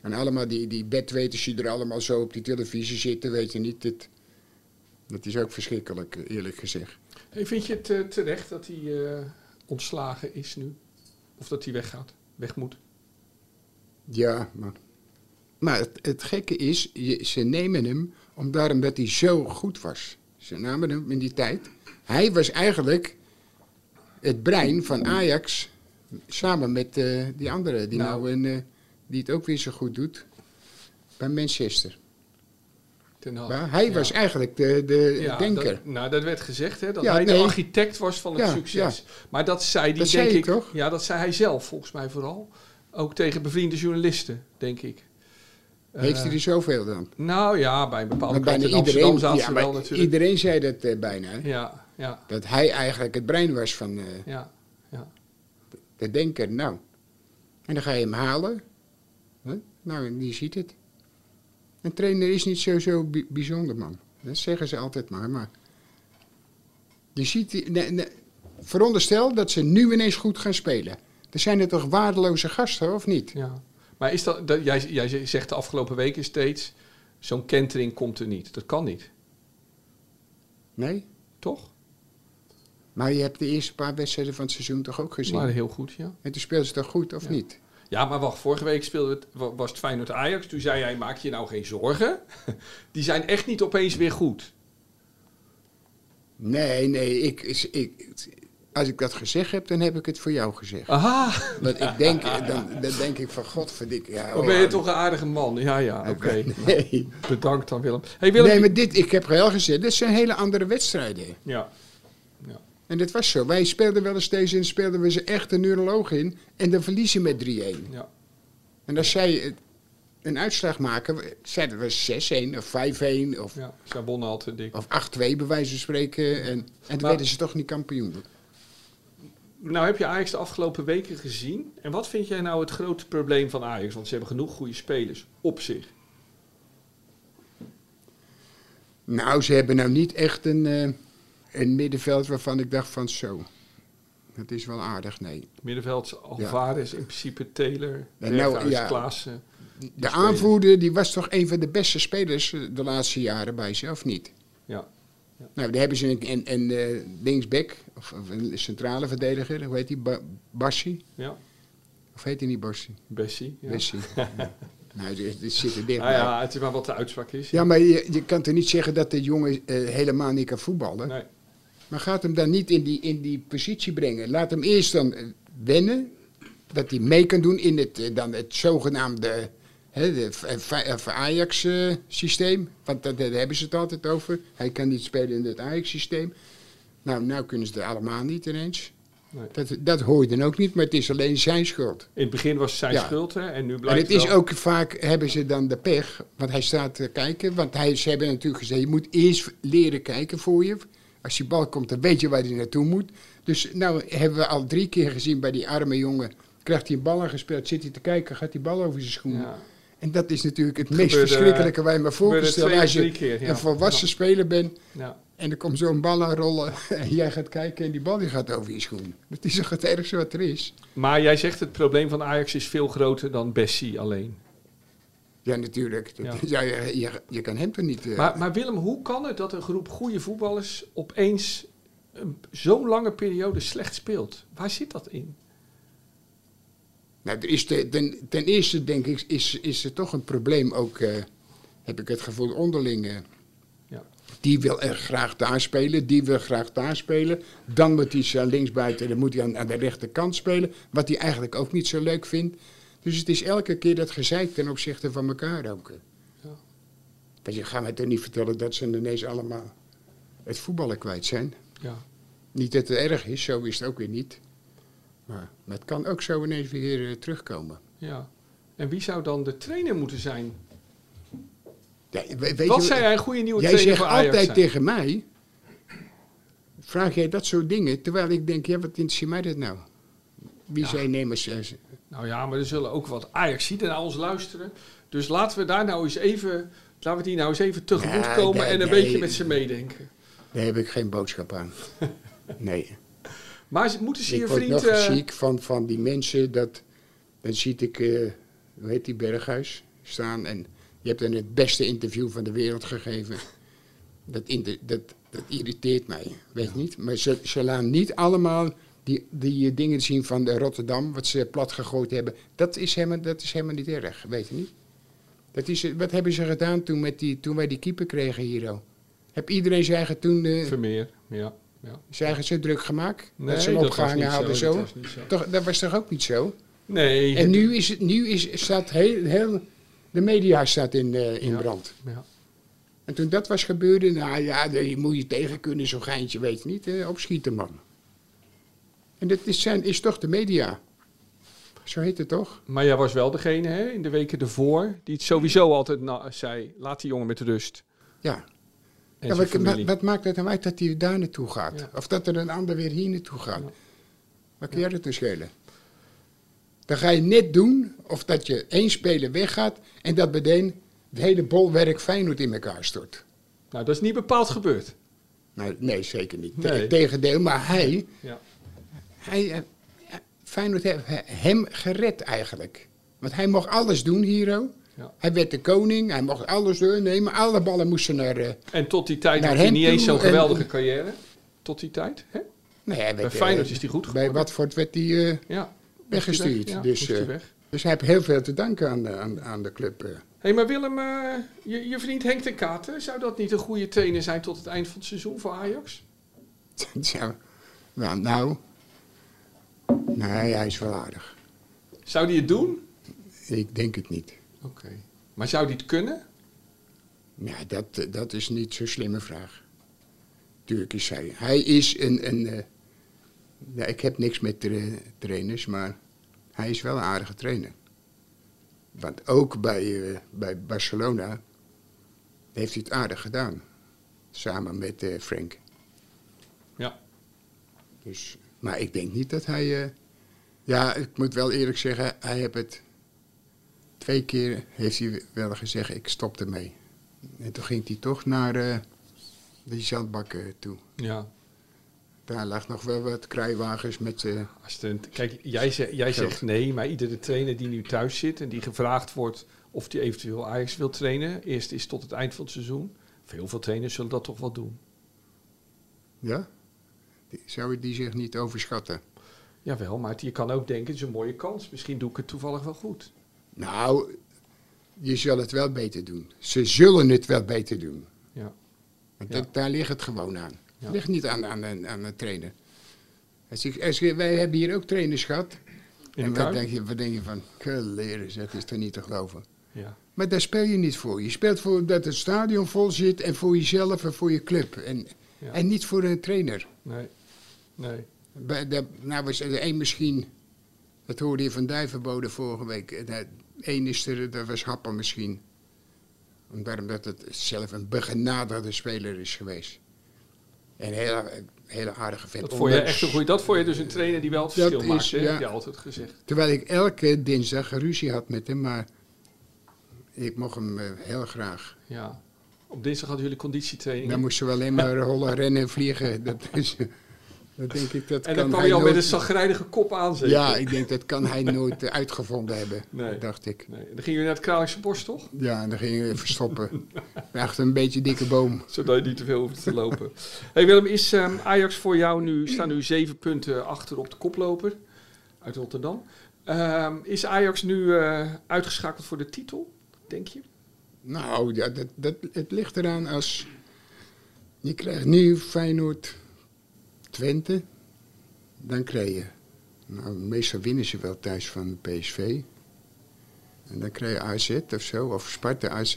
Speaker 2: En allemaal die, die bedweters die er allemaal zo op die televisie zitten, weet je niet. Dat, dat is ook verschrikkelijk, eh, eerlijk gezegd.
Speaker 4: Hey, vind je het eh, terecht dat hij eh, ontslagen is nu? Of dat hij weggaat? Weg moet?
Speaker 2: Ja, maar. Maar het, het gekke is, je, ze nemen hem omdat omdat hij zo goed was. Ze namen hem in die tijd. Hij was eigenlijk het brein van Ajax. Samen met eh, die andere, die,
Speaker 4: Nou.
Speaker 2: nou. in, eh, die het ook weer zo goed dodoet. Bij Manchester.
Speaker 4: Ten Hag.
Speaker 2: maar hij
Speaker 4: Oh, Ja.
Speaker 2: was eigenlijk de, de
Speaker 4: Ja,
Speaker 2: eh, denker.
Speaker 4: dat- nou, dat werd gezegd, hè, dat
Speaker 2: Ja,
Speaker 4: hij de
Speaker 2: nee.
Speaker 4: architect was van het
Speaker 2: Ja,
Speaker 4: succes. Maar dat zei die,
Speaker 2: Dat
Speaker 4: denk
Speaker 2: zei je
Speaker 4: ik.
Speaker 2: toch?
Speaker 4: Ja, dat zei hij zelf, volgens mij vooral. Ook tegen bevriende journalisten, denk ik.
Speaker 2: Heeft
Speaker 4: Eh,
Speaker 2: hij er zoveel dan?
Speaker 4: Nou ja, bij een bepaalde
Speaker 2: Want
Speaker 4: kant
Speaker 2: bijna
Speaker 4: in Amsterdam
Speaker 2: iedereen,
Speaker 4: zaten
Speaker 2: ja,
Speaker 4: ze
Speaker 2: maar
Speaker 4: wel natuurlijk.
Speaker 2: iedereen zei dat eh, bijna. hè.
Speaker 4: Ja, ja,
Speaker 2: Dat hij eigenlijk het brein was van, eh,
Speaker 4: ja, ja.
Speaker 2: De denker, nou. En dan ga je hem halen. Huh? Nou, en die ziet het. Een trainer is niet sowieso bi- bijzonder, man. Dat zeggen ze altijd maar. maar je ziet, die- ne- ne- veronderstel dat ze nu ineens goed gaan spelen. Dan zijn er toch waardeloze gasten, of niet?
Speaker 4: Ja. Maar is dat, dat, jij, jij zegt de afgelopen weken steeds, zo'n kentering komt er niet. Dat kan niet,
Speaker 2: Nee?
Speaker 4: toch?
Speaker 2: Maar je hebt de eerste paar wedstrijden van het seizoen toch ook gezien?
Speaker 4: Maar heel goed, ja.
Speaker 2: En toen speelden ze toch goed, of
Speaker 4: Ja.
Speaker 2: niet?
Speaker 4: Ja, maar wacht, vorige week speelde het, wa- was het Feyenoord-Ajax. Toen zei jij, maak je nou geen zorgen. Die zijn echt niet opeens weer goed.
Speaker 2: Nee, nee. Ik, is- ik, als ik dat gezegd heb, dan heb ik het voor jou gezegd.
Speaker 4: Aha,
Speaker 2: Want ik denk, eh, dan, dan denk ik van godverdik. Ja,
Speaker 4: dan
Speaker 2: oh
Speaker 4: ben je
Speaker 2: ja.
Speaker 4: toch een aardige man. Ja, ja, oké.
Speaker 2: Nee.
Speaker 4: Bedankt dan, Willem. hey, Willem.
Speaker 2: Nee, maar dit, ik heb wel gezegd, dit zijn hele andere wedstrijden.
Speaker 4: Ja,
Speaker 2: En dat was zo. Wij speelden wel eens deze en speelden we ze echt een neuroloog in. En dan verlies je met 3-1.
Speaker 4: ja,
Speaker 2: En als zij eh, een uitslag maken, zeiden we 6-1 of 5-1 of,
Speaker 4: ja. Zij wonnen altijd dik.
Speaker 2: of 8-2 bij wijze van spreken. En, en dan
Speaker 4: Maar-
Speaker 2: werden ze toch niet kampioen.
Speaker 4: nou heb je Ajax de afgelopen weken gezien. En wat vind jij nou het grote probleem van Ajax? Want ze hebben genoeg goede spelers op zich.
Speaker 2: Nou, ze hebben nou niet echt een, eh, een middenveld waarvan ik dacht van zo. Dat is wel aardig, nee.
Speaker 4: Middenveld, Alvarez, in principe Taylor,
Speaker 2: nou,
Speaker 4: Berghuis,
Speaker 2: ja.
Speaker 4: Klaassen.
Speaker 2: De
Speaker 4: spelers.
Speaker 2: aanvoerder die was toch een van de beste spelers eh, de laatste jaren bij ze, of niet?
Speaker 4: Ja.
Speaker 2: Nou, daar hebben ze een, een, een eh, linksback, of, of een centrale verdediger, hoe heet die? Ba Bassi?
Speaker 4: ja,
Speaker 2: Of heet hij niet Bassi?
Speaker 4: Bessie. Ja.
Speaker 2: Bessie. Ja. Nou, dit, dit zit er dicht
Speaker 4: Nou ja, het is maar wat de uitspraak is.
Speaker 2: Ja, maar je, je kan toch niet zeggen dat de jongen eh, helemaal niet kan voetballen?
Speaker 4: Nee.
Speaker 2: Maar gaat hem dan niet in die, in die positie brengen. Laat hem eerst dan eh, wennen. Dat hij mee kan doen in het, eh, dan het zogenaamde hè, de v- eh, v- eh, v- Ajax eh, systeem. Want daar, daar hebben ze het altijd over. Hij kan niet spelen in het Ajax systeem. Nou, nou kunnen ze er allemaal niet ineens.
Speaker 4: Nee.
Speaker 2: Dat, dat hoor je dan ook niet, maar het is alleen zijn schuld.
Speaker 4: In het begin was het zijn
Speaker 2: Ja.
Speaker 4: schuld, hè, en nu
Speaker 2: En
Speaker 4: blijkt
Speaker 2: het is
Speaker 4: wel-
Speaker 2: ook vaak, hebben ze dan de pech, want hij staat te kijken. Want hij, ze hebben natuurlijk gezegd, je moet eerst leren kijken voor je. Als die bal komt, dan weet je waar hij naartoe moet. Dus nou hebben we al drie keer gezien bij die arme jongen. Krijgt hij een bal aangespeeld, zit hij te kijken, gaat die bal over zijn schoenen.
Speaker 4: Ja.
Speaker 2: En dat is natuurlijk het meest
Speaker 4: gebeurde-
Speaker 2: verschrikkelijke waar je maar voor
Speaker 4: gebeurde
Speaker 2: kan stellen.
Speaker 4: twee,
Speaker 2: Als je
Speaker 4: drie keer, ja.
Speaker 2: een volwassen speler bent
Speaker 4: Ja.
Speaker 2: en er komt zo'n bal aan rollen. En jij gaat kijken en die bal die gaat over je schoen. Dat is toch het ergste wat er is?
Speaker 4: Maar jij zegt het probleem van Ajax is veel groter dan Bessie alleen.
Speaker 2: Ja, natuurlijk.
Speaker 4: Ja.
Speaker 2: Dat- Ja. je, je, je kan hem toch niet... eh,
Speaker 4: Maar, maar Willem, hoe kan het dat een groep goede voetballers opeens een- zo'n lange periode slecht speelt? Waar zit dat in?
Speaker 2: Nou, er is de- ten, ten eerste denk ik, is, is er toch een probleem ook, eh, heb ik het gevoel, onderling. eh.
Speaker 4: Ja.
Speaker 2: die wil er graag daar spelen, die wil graag daar spelen. Dan moet hij zijn linksbuiten, dan moet hij aan, aan de rechterkant spelen. Wat hij eigenlijk ook niet zo leuk vindt. Dus het is elke keer dat gezeik ten opzichte van elkaar ook. eh.
Speaker 4: Ja.
Speaker 2: Want je gaat mij toch niet vertellen dat ze ineens allemaal het voetballen kwijt zijn.
Speaker 4: Ja.
Speaker 2: Niet dat het erg is, zo is het ook weer niet. Maar, maar het kan ook zo ineens weer eh, terugkomen.
Speaker 4: ja. En wie zou dan de trainer moeten zijn?
Speaker 2: Ja, we- weet je
Speaker 4: Wat
Speaker 2: wat-
Speaker 4: zei hij een goede nieuwe
Speaker 2: jij
Speaker 4: trainer
Speaker 2: zegt
Speaker 4: voor Ajax?
Speaker 2: altijd
Speaker 4: zijn?
Speaker 2: tegen mij, vraag jij dat soort dingen, terwijl ik denk, ja, wat interesseert mij dat nou? Wie
Speaker 4: Ja.
Speaker 2: zijn nemers? eh, z-
Speaker 4: Nou ja, maar er zullen ook wat Ajaxieten naar ons luisteren. Dus laten we daar nou eens even, laten we die nou eens even tegemoet
Speaker 2: Nee,
Speaker 4: komen
Speaker 2: nee,
Speaker 4: en een
Speaker 2: nee.
Speaker 4: beetje met ze meedenken.
Speaker 2: Daar heb ik geen boodschap aan. Nee.
Speaker 4: Maar ze- moeten ze
Speaker 2: ik
Speaker 4: je
Speaker 2: word
Speaker 4: vriend...
Speaker 2: nog
Speaker 4: eh,
Speaker 2: ziek van, van die mensen, dat, dan ziet ik, eh hoe heet die, Berghuis staan. En je hebt dan het beste interview van de wereld gegeven. Dat, inter- dat, dat irriteert mij, weet je niet. Maar ze, ze laten niet allemaal die, die eh, dingen zien van eh, Rotterdam, wat ze plat gegooid hebben. Dat is helemaal, dat is helemaal niet erg, weet je niet. Dat is, eh, wat hebben ze gedaan toen, met die, toen wij die keeper kregen hier al? Heb iedereen zijn eigen toen eh,
Speaker 4: Vermeer, ja. ja.
Speaker 2: zijn eigen zo druk gemaakt? dat ze
Speaker 4: dat
Speaker 2: hem
Speaker 4: was
Speaker 2: opgehangen
Speaker 4: niet
Speaker 2: hadden
Speaker 4: dat
Speaker 2: zo?
Speaker 4: was niet zo.
Speaker 2: Toch, dat was toch ook niet zo?
Speaker 4: Nee.
Speaker 2: En nu, is het, nu is, staat heel, heel de media staat in, eh, in
Speaker 4: Ja.
Speaker 2: brand.
Speaker 4: Ja.
Speaker 2: En toen dat was gebeurde, nou ja, daar moet je tegen kunnen, zo'n geintje, weet je niet, hè, opschieten man. En dat is, zijn, is toch de media? Zo heet het toch?
Speaker 4: Maar jij was wel degene hè, in de weken ervoor die het sowieso altijd na- zei: laat die jongen met rust.
Speaker 2: Ja.
Speaker 4: En
Speaker 2: Ja, wat,
Speaker 4: zijn familie.
Speaker 2: wat- wat maakt het nou uit dat hij daar naartoe gaat?
Speaker 4: Ja.
Speaker 2: Of dat er een ander weer hier naartoe gaat?
Speaker 4: Ja.
Speaker 2: Wat kun jij dat nou schelen? Dan ga je net doen of dat je één speler weggaat en dat meteen het hele bolwerk Feyenoord in elkaar stort.
Speaker 4: Nou, dat is niet bepaald gebeurd.
Speaker 2: Nou, nee, zeker niet.
Speaker 4: Nee.
Speaker 2: Tegendeel, maar hij,
Speaker 4: Ja.
Speaker 2: hij eh, ja, Feyenoord heeft he- hem gered eigenlijk. Want hij mocht alles doen, Hero.
Speaker 4: Ja.
Speaker 2: Hij werd de koning, hij mocht alles doen. Nee, maar alle ballen moesten naar... eh,
Speaker 4: En tot die tijd
Speaker 2: Naar
Speaker 4: had hij
Speaker 2: hem
Speaker 4: niet eens
Speaker 2: toe
Speaker 4: zo'n
Speaker 2: en-
Speaker 4: geweldige carrière. Tot die tijd. Hè?
Speaker 2: nee, hij werd,
Speaker 4: Bij
Speaker 2: eh,
Speaker 4: Feyenoord is hij goed
Speaker 2: Bij
Speaker 4: geworden.
Speaker 2: Watford werd hij... eh,
Speaker 4: Ja.
Speaker 2: Weggestuurd,
Speaker 4: Moest hij weg,
Speaker 2: dus,
Speaker 4: moest hij
Speaker 2: eh,
Speaker 4: weg.
Speaker 2: Dus hij heeft heel veel te danken aan de, aan, aan de club. eh.
Speaker 4: Hé, maar Willem, eh, je, je vriend Henk de Katen, zou dat niet een goede trainer zijn tot het eind van het seizoen voor Ajax?
Speaker 2: Tja, nou, nou. Nee, hij is wel aardig.
Speaker 4: Zou die het doen?
Speaker 2: Ik denk het niet.
Speaker 4: Oké. Maar zou die het kunnen?
Speaker 2: Ja, dat, eh, dat is niet zo'n slimme vraag. Tuurlijk is hij. Hij is een. een eh, nou, ik heb niks met tra- trainers, maar hij is wel een aardige trainer. Want ook bij, eh, bij Barcelona heeft hij het aardig gedaan. Samen met eh, Frank.
Speaker 4: Ja.
Speaker 2: Dus Maar ik denk niet dat hij. eh, ja, ik moet wel eerlijk zeggen, hij heeft het. Twee keer heeft hij wel gezegd: ik stop ermee. En toen ging hij toch naar eh die zandbak eh, toe.
Speaker 4: Ja.
Speaker 2: Daar lag nog wel wat kruiwagens met. eh,
Speaker 4: Als het, kijk, jij, ze- jij
Speaker 2: Geld.
Speaker 4: zegt nee, maar iedere trainer die nu thuis zit en die gevraagd wordt of die eventueel Ajax wil trainen, eerst is tot het eind van het seizoen. Veel veel trainers zullen dat toch wel doen.
Speaker 2: ja? Die- Zou die zich niet overschatten?
Speaker 4: Jawel, maar het- je kan ook denken, het is een mooie kans. Misschien doe ik het toevallig wel goed.
Speaker 2: Nou, je zal het wel beter doen. Ze zullen het wel beter doen.
Speaker 4: Ja.
Speaker 2: Want
Speaker 4: Ja.
Speaker 2: dat- daar ligt het gewoon aan.
Speaker 4: Ja.
Speaker 2: Het ligt niet aan, aan, aan, aan de trainer. Als ik, als je- wij hebben hier ook trainers gehad.
Speaker 4: de
Speaker 2: en wat
Speaker 4: Kuip?
Speaker 2: denk, je, wat denk je van, leren, dat is toch niet te geloven.
Speaker 4: Ja.
Speaker 2: Maar daar speel je niet voor. Je speelt voor dat het stadion vol zit en voor jezelf en voor je club. En,
Speaker 4: Ja.
Speaker 2: en niet voor een trainer.
Speaker 4: Nee. Nee.
Speaker 2: Bij de, nou was er één misschien, dat hoorde je van Duivenbode vorige week. Eh, Dat één is er, dat was Happen misschien. Om- Daarom dat het zelf een begenaderde speler is geweest. En een hele, hele aardige vent.
Speaker 4: Dat vond je
Speaker 2: Ondanks-
Speaker 4: echt een goeie. Dat vond je dus een trainer die wel het
Speaker 2: Dat
Speaker 4: verschil
Speaker 2: is-
Speaker 4: maakt, hè?
Speaker 2: ja.
Speaker 4: heb je altijd gezegd.
Speaker 2: Terwijl ik elke dinsdag ruzie had met hem, maar ik mocht hem eh, heel graag.
Speaker 4: Ja. Op dinsdag hadden jullie conditietraining.
Speaker 2: Dan moesten we alleen maar rollen, rennen en vliegen. Dat, is, dat denk ik, dat kan
Speaker 4: en dan kwam
Speaker 2: hij
Speaker 4: je al met een
Speaker 2: nooit-
Speaker 4: zagrijnige kop aanzetten.
Speaker 2: Ja, ik denk dat kan hij nooit eh, uitgevonden hebben,
Speaker 4: Nee.
Speaker 2: dacht ik.
Speaker 4: Nee. Dan gingen jullie naar het Kralingse Bos, toch?
Speaker 2: Ja, en dan gingen we verstoppen. Achter een beetje dikke boom.
Speaker 4: Zodat je niet te veel hoeft te lopen. hey Willem, is ehm, Ajax voor jou nu, staan nu zeven punten achter op de koploper uit Rotterdam. Ehm, is Ajax nu eh, uitgeschakeld voor de titel, denk je?
Speaker 2: Nou, ja, dat, dat, het ligt eraan als... Je krijgt nu Feyenoord Twente. Dan krijg je... Nou, meestal winnen ze wel thuis van de PSV. En dan krijg je AZ of zo, of Sparta AZ.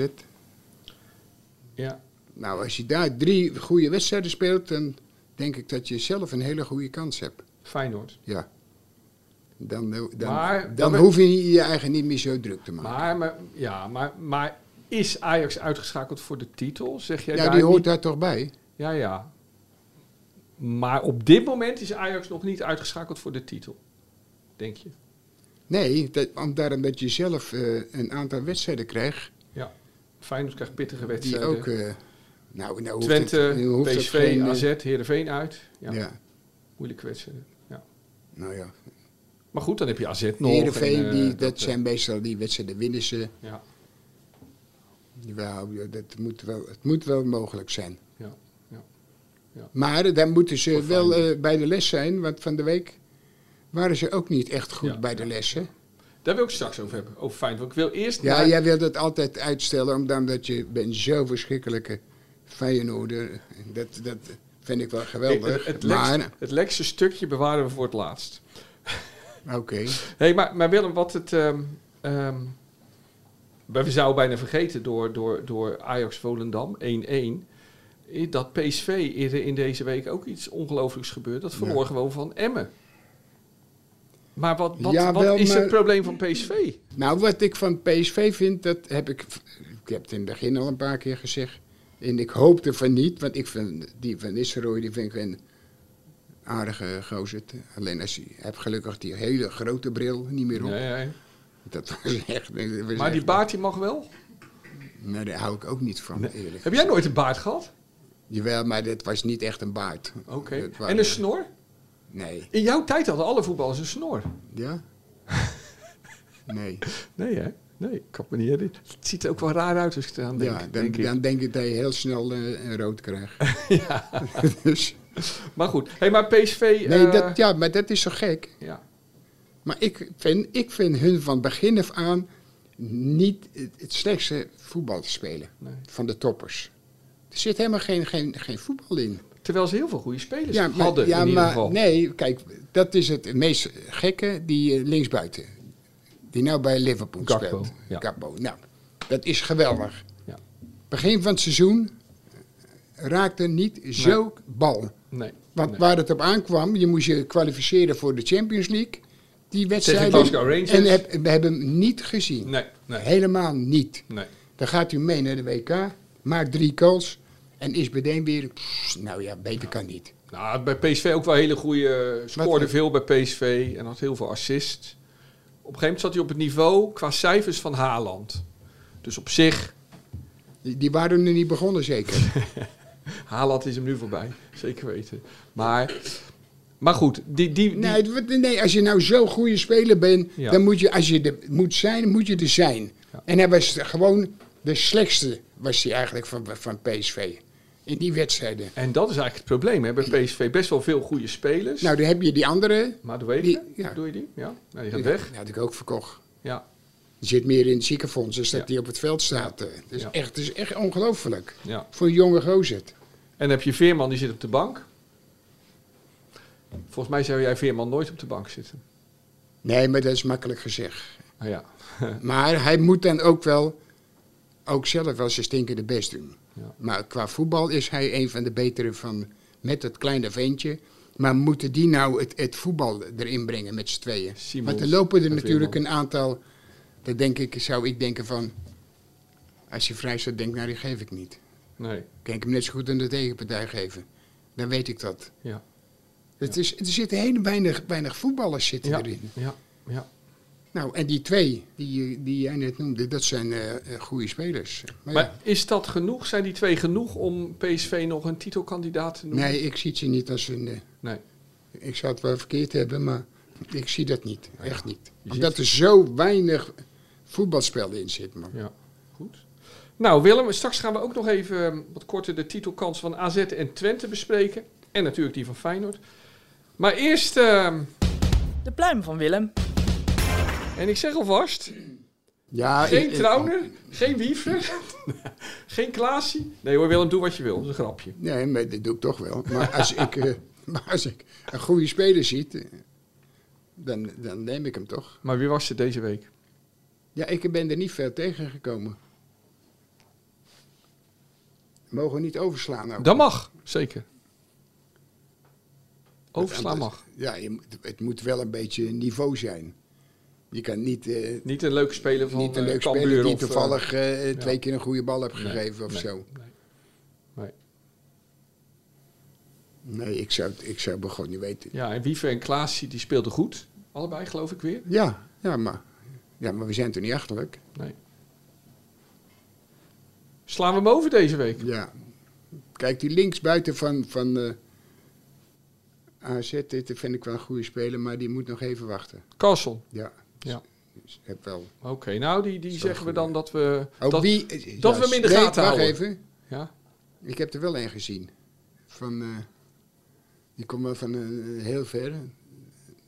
Speaker 4: Ja.
Speaker 2: Nou, als je daar drie goede wedstrijden speelt... dan denk ik dat je zelf een hele goede kans hebt.
Speaker 4: Feyenoord.
Speaker 2: Ja. Dan, dan,
Speaker 4: Maar-
Speaker 2: dan,
Speaker 4: maar we-
Speaker 2: hoef je je eigen niet meer zo druk te maken.
Speaker 4: Maar, maar, ja, maar, maar is Ajax uitgeschakeld voor de titel? Zeg jij
Speaker 2: Ja,
Speaker 4: daar
Speaker 2: die hoort
Speaker 4: niet-
Speaker 2: daar toch bij?
Speaker 4: Ja, ja. Maar op dit moment is Ajax nog niet uitgeschakeld voor de titel. Denk je?
Speaker 2: Nee, dat, want daarom dat je zelf eh, een aantal wedstrijden krijgt.
Speaker 4: Ja. Feyenoord krijgt pittige
Speaker 2: Die
Speaker 4: wedstrijden.
Speaker 2: ook. eh, nou, nou hoeft
Speaker 4: Twente,
Speaker 2: het, nu hoeft het
Speaker 4: PSV,
Speaker 2: geen, eh,
Speaker 4: AZ, Heerenveen uit. Ja,
Speaker 2: Ja.
Speaker 4: Moeilijke wedstrijden. Ja.
Speaker 2: nou ja.
Speaker 4: Maar goed, dan heb je AZ nog. en,
Speaker 2: Heerenveen,
Speaker 4: eh,
Speaker 2: die, dat,
Speaker 4: eh,
Speaker 2: zijn meestal die wedstrijden winnen ze.
Speaker 4: Ja,
Speaker 2: Jawel, ja, dat moet wel, het moet wel mogelijk zijn.
Speaker 4: ja.
Speaker 2: Maar eh, dan moeten
Speaker 4: Voor
Speaker 2: ze wel
Speaker 4: Feyenoord.
Speaker 2: eh, bij de les zijn, want van de week waren ze ook niet echt goed
Speaker 4: Ja.
Speaker 2: bij de lessen.
Speaker 4: Daar wil ik straks over hebben. Over Feyenoord. Want ik wil eerst...
Speaker 2: Ja,
Speaker 4: naar-
Speaker 2: jij wil dat altijd uitstellen, omdat je bent zo verschrikkelijke Feyenoorder. eh, Dat, dat vind ik wel
Speaker 4: Het,
Speaker 2: geweldig.
Speaker 4: het, het,
Speaker 2: maar,
Speaker 4: lekste, het lekste stukje bewaren we voor het laatst.
Speaker 2: oké.
Speaker 4: Hey, maar, maar Willem, wat het. ehm, ehm, we zouden bijna vergeten door, door, door Ajax Volendam 1-1. eh, Dat PSV eerder in deze week ook iets ongelooflijks gebeurd. Dat verloor
Speaker 2: Ja.
Speaker 4: gewoon van Emmen. Maar wat, wat,
Speaker 2: Ja,
Speaker 4: wat
Speaker 2: wel,
Speaker 4: is het
Speaker 2: maar-
Speaker 4: probleem van PSV?
Speaker 2: Nou, wat ik van PSV vind, dat heb ik. Ik heb het in het begin al een paar keer gezegd. En ik hoopte van niet, want ik vind die van Nistelrooy, die vind ik een aardige gozer. Alleen als hij, hij heeft gelukkig die hele grote bril niet meer op.
Speaker 4: Nee, nee.
Speaker 2: Dat was echt. dat was
Speaker 4: Maar die
Speaker 2: echt-
Speaker 4: baard die mag wel.
Speaker 2: Nee, daar hou ik ook niet van, eerlijk.
Speaker 4: Heb jij nooit een baard gehad?
Speaker 2: Jawel, maar dat was niet echt een baard.
Speaker 4: Oké.
Speaker 2: Dat waren-
Speaker 4: En een snor?
Speaker 2: Nee.
Speaker 4: In jouw tijd hadden alle voetballers een snor.
Speaker 2: Ja? nee.
Speaker 4: Nee, hè? Nee, ik kan me niet herinneren. Het ziet er ook wel raar uit als ik eraan denk.
Speaker 2: ja, dan
Speaker 4: denk ik.
Speaker 2: dan denk ik dat je heel snel eh, een rood krijgt. ja. dus.
Speaker 4: Maar goed. Hey, maar PSV...
Speaker 2: Nee,
Speaker 4: eh,
Speaker 2: dat, ja, maar dat is zo gek.
Speaker 4: ja.
Speaker 2: Maar ik vind, ik vind hun van begin af aan niet het, het slechtste voetbal te spelen
Speaker 4: Nee.
Speaker 2: van de toppers. Er zit helemaal geen, geen, geen voetbal in.
Speaker 4: Terwijl ze heel veel goede spelers
Speaker 2: ja, maar,
Speaker 4: hadden
Speaker 2: ja,
Speaker 4: in ieder
Speaker 2: maar
Speaker 4: geval.
Speaker 2: nee, kijk, dat is het meest gekke, die eh, linksbuiten. Die nou bij Liverpool
Speaker 4: Gakpo,
Speaker 2: speelt.
Speaker 4: ja.
Speaker 2: Gakpo. Nou, dat is geweldig.
Speaker 4: Ja.
Speaker 2: Begin van het seizoen raakte niet zo bal.
Speaker 4: nee.
Speaker 2: Want
Speaker 4: nee.
Speaker 2: waar het op aankwam, je moest je kwalificeren voor de Champions League. Die wedstrijd.
Speaker 4: Glasgow Rangers.
Speaker 2: En heb- we hebben hem niet gezien.
Speaker 4: Nee, nee,
Speaker 2: Helemaal niet.
Speaker 4: nee.
Speaker 2: Dan gaat u mee naar de WK, maakt drie goals en is meteen weer. pff, nou ja, beter kan niet.
Speaker 4: Nou, had bij PSV ook wel hele goede. eh, Scoorde
Speaker 2: Met-
Speaker 4: veel bij PSV en had heel veel assists. Op een gegeven moment zat hij op het niveau qua cijfers van Haaland. Dus op zich,
Speaker 2: Die, die waren er niet begonnen, zeker.
Speaker 4: Haaland is hem nu voorbij. Zeker weten. Maar, maar goed, die, die, die,
Speaker 2: Nee, het wordt- nee, als je nou zo'n goede speler bent,
Speaker 4: Ja.
Speaker 2: dan moet je, als je er moet zijn, moet je er zijn.
Speaker 4: Ja.
Speaker 2: En hij was de- gewoon de slechtste, was hij eigenlijk van, van PSV. In die wedstrijden.
Speaker 4: En dat is eigenlijk het probleem. Hè? Bij PSV best wel veel goede spelers.
Speaker 2: Nou, dan heb je die andere.
Speaker 4: maar doe je die?
Speaker 2: die- ja.
Speaker 4: Doe je die? Ja, nou, die gaat weg.
Speaker 2: Die had ik ook verkocht.
Speaker 4: Ja,
Speaker 2: Die zit meer in het ziekenfonds dan dat
Speaker 4: Ja.
Speaker 2: hij op het veld staat. eh. Het is
Speaker 4: Ja.
Speaker 2: echt, het is echt ongelooflijk.
Speaker 4: ja.
Speaker 2: Voor een jonge gozer.
Speaker 4: En dan heb je Veerman, die zit op de bank. Volgens mij zou jij Veerman nooit op de bank zitten.
Speaker 2: Nee, maar dat is makkelijk gezegd.
Speaker 4: Ah, ja.
Speaker 2: Maar hij moet dan ook wel, ook zelf wel zijn stinkende best doen.
Speaker 4: Ja.
Speaker 2: Maar qua voetbal is hij een van de betere van, met dat kleine ventje. Maar moeten die nou het, het voetbal erin brengen met z'n tweeën?
Speaker 4: Simons
Speaker 2: Want er lopen er
Speaker 4: en
Speaker 2: natuurlijk
Speaker 4: Veerman.
Speaker 2: een aantal, dat denk ik, zou ik denken van, als je vrij staat, denk nou die geef ik niet.
Speaker 4: Nee.
Speaker 2: Kan ik hem net zo goed aan de tegenpartij geven. Dan weet ik dat.
Speaker 4: Ja.
Speaker 2: Het is, er zitten heel weinig, weinig voetballers zitten
Speaker 4: Ja.
Speaker 2: erin.
Speaker 4: Ja. ja.
Speaker 2: Nou, en die twee die, eh, die jij net noemde, dat zijn eh, eh, goede spelers. Maar,
Speaker 4: Maar
Speaker 2: ja,
Speaker 4: is dat genoeg? Zijn die twee genoeg om PSV nog een titelkandidaat te noemen?
Speaker 2: nee, ik zie ze niet als een... eh,
Speaker 4: Nee.
Speaker 2: ik zou het wel verkeerd hebben, maar ik zie dat niet. Echt niet.
Speaker 4: Je
Speaker 2: Omdat
Speaker 4: ziet-
Speaker 2: er zo weinig voetbalspel in zit, man.
Speaker 4: Ja, goed. Nou Willem, straks gaan we ook nog even eh, wat korter de titelkansen van AZ en Twente bespreken. En natuurlijk die van Feyenoord. Maar eerst, eh,
Speaker 3: De pluim van Willem.
Speaker 4: en ik zeg alvast,
Speaker 2: Ja,
Speaker 4: geen
Speaker 2: ik- ik-
Speaker 4: Trauner, geen Wiever, geen Klaasie. Nee hoor Willem, doe wat je wil, dat is een grapje.
Speaker 2: Nee, maar dat doe ik toch wel. Maar als ik, eh, maar als ik een goede speler zie, eh, dan, dan neem ik hem toch.
Speaker 4: Maar wie was het deze week?
Speaker 2: Ja, ik ben er niet veel tegengekomen. Mogen we niet overslaan ook.
Speaker 4: Dat mag, zeker. Overslaan mag.
Speaker 2: Ja, je moet- het moet wel een beetje niveau zijn. Je kan niet, eh,
Speaker 4: Niet een leuke speler van
Speaker 2: niet een
Speaker 4: eh,
Speaker 2: leuk
Speaker 4: Cambuur
Speaker 2: speler die
Speaker 4: of, eh,
Speaker 2: toevallig eh, twee
Speaker 4: ja.
Speaker 2: keer een goede bal hebt
Speaker 4: nee,
Speaker 2: gegeven of
Speaker 4: nee,
Speaker 2: zo.
Speaker 4: nee, nee.
Speaker 2: Nee, ik zou, ik zou het gewoon niet weten. Ja.
Speaker 4: Ja, en Wiever en Klaasie die speelden goed. Allebei geloof ik weer.
Speaker 2: Ja, maar, ja, maar we zijn er niet achterlijk.
Speaker 4: Nee. Slaan we hem over deze week?
Speaker 2: Ja. Kijk, die linksbuiten van, van eh, AZ, dit vind ik wel een goede speler, maar die moet nog even wachten.
Speaker 4: Kassel.
Speaker 2: Ja.
Speaker 4: Ja.
Speaker 2: Dus ik heb wel.
Speaker 4: Oké, nou die, die
Speaker 2: Zo'n
Speaker 4: zeggen
Speaker 2: goeie.
Speaker 4: we dan dat we...
Speaker 2: Ook
Speaker 4: dat,
Speaker 2: wie, eh,
Speaker 4: dat
Speaker 2: ja,
Speaker 4: we hem in de
Speaker 2: nee,
Speaker 4: gaten
Speaker 2: wacht
Speaker 4: houden.
Speaker 2: even.
Speaker 4: Ja,
Speaker 2: Ik heb er wel een gezien. Van, eh, die komt wel van eh, heel ver.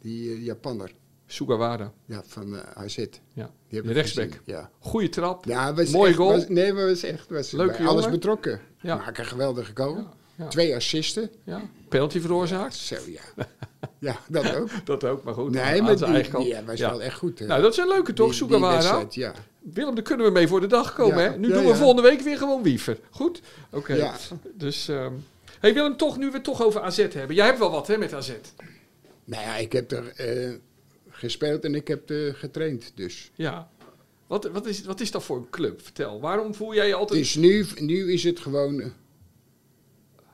Speaker 2: Die eh, Japanner.
Speaker 4: Sugawara.
Speaker 2: Ja, van eh AZ. Die
Speaker 4: Ja,
Speaker 2: heb
Speaker 4: de
Speaker 2: ik
Speaker 4: rechtsback.
Speaker 2: gezien, Ja.
Speaker 4: Goeie trap.
Speaker 2: Ja, was
Speaker 4: Mooie
Speaker 2: echt-
Speaker 4: goal.
Speaker 2: was- nee, maar was echt was
Speaker 4: Leuke
Speaker 2: bij alles
Speaker 4: jongen.
Speaker 2: betrokken.
Speaker 4: Ja.
Speaker 2: Maak een geweldige goal.
Speaker 4: Ja, ja.
Speaker 2: Twee assisten.
Speaker 4: Ja, penalty veroorzaakt.
Speaker 2: Zo ja. ja, dat ook.
Speaker 4: Dat ook, maar goed.
Speaker 2: Nee,
Speaker 4: aan
Speaker 2: maar
Speaker 4: zijn
Speaker 2: die,
Speaker 4: eigen kant.
Speaker 2: die, ja, was
Speaker 4: Ja.
Speaker 2: wel echt goed. hè.
Speaker 4: Nou, dat is een leuke toch,
Speaker 2: Die- die
Speaker 4: Sugawara?
Speaker 2: wedstrijd, ja.
Speaker 4: Willem, daar kunnen we mee voor de dag komen.
Speaker 2: Ja.
Speaker 4: Hè? Nu
Speaker 2: Ja,
Speaker 4: doen we
Speaker 2: ja.
Speaker 4: volgende week weer gewoon wiever. Goed? Oké.
Speaker 2: Ja.
Speaker 4: Dus, ehm hey Willem, toch, nu we het toch over AZ hebben. Jij hebt wel wat hè, met AZ.
Speaker 2: Nou ja, ik heb er eh, gespeeld en ik heb er getraind. Dus
Speaker 4: Ja. Wat, wat, is, wat is dat voor een club? Vertel. Waarom voel jij je altijd...
Speaker 2: Dus nu, nu is het gewoon. eh,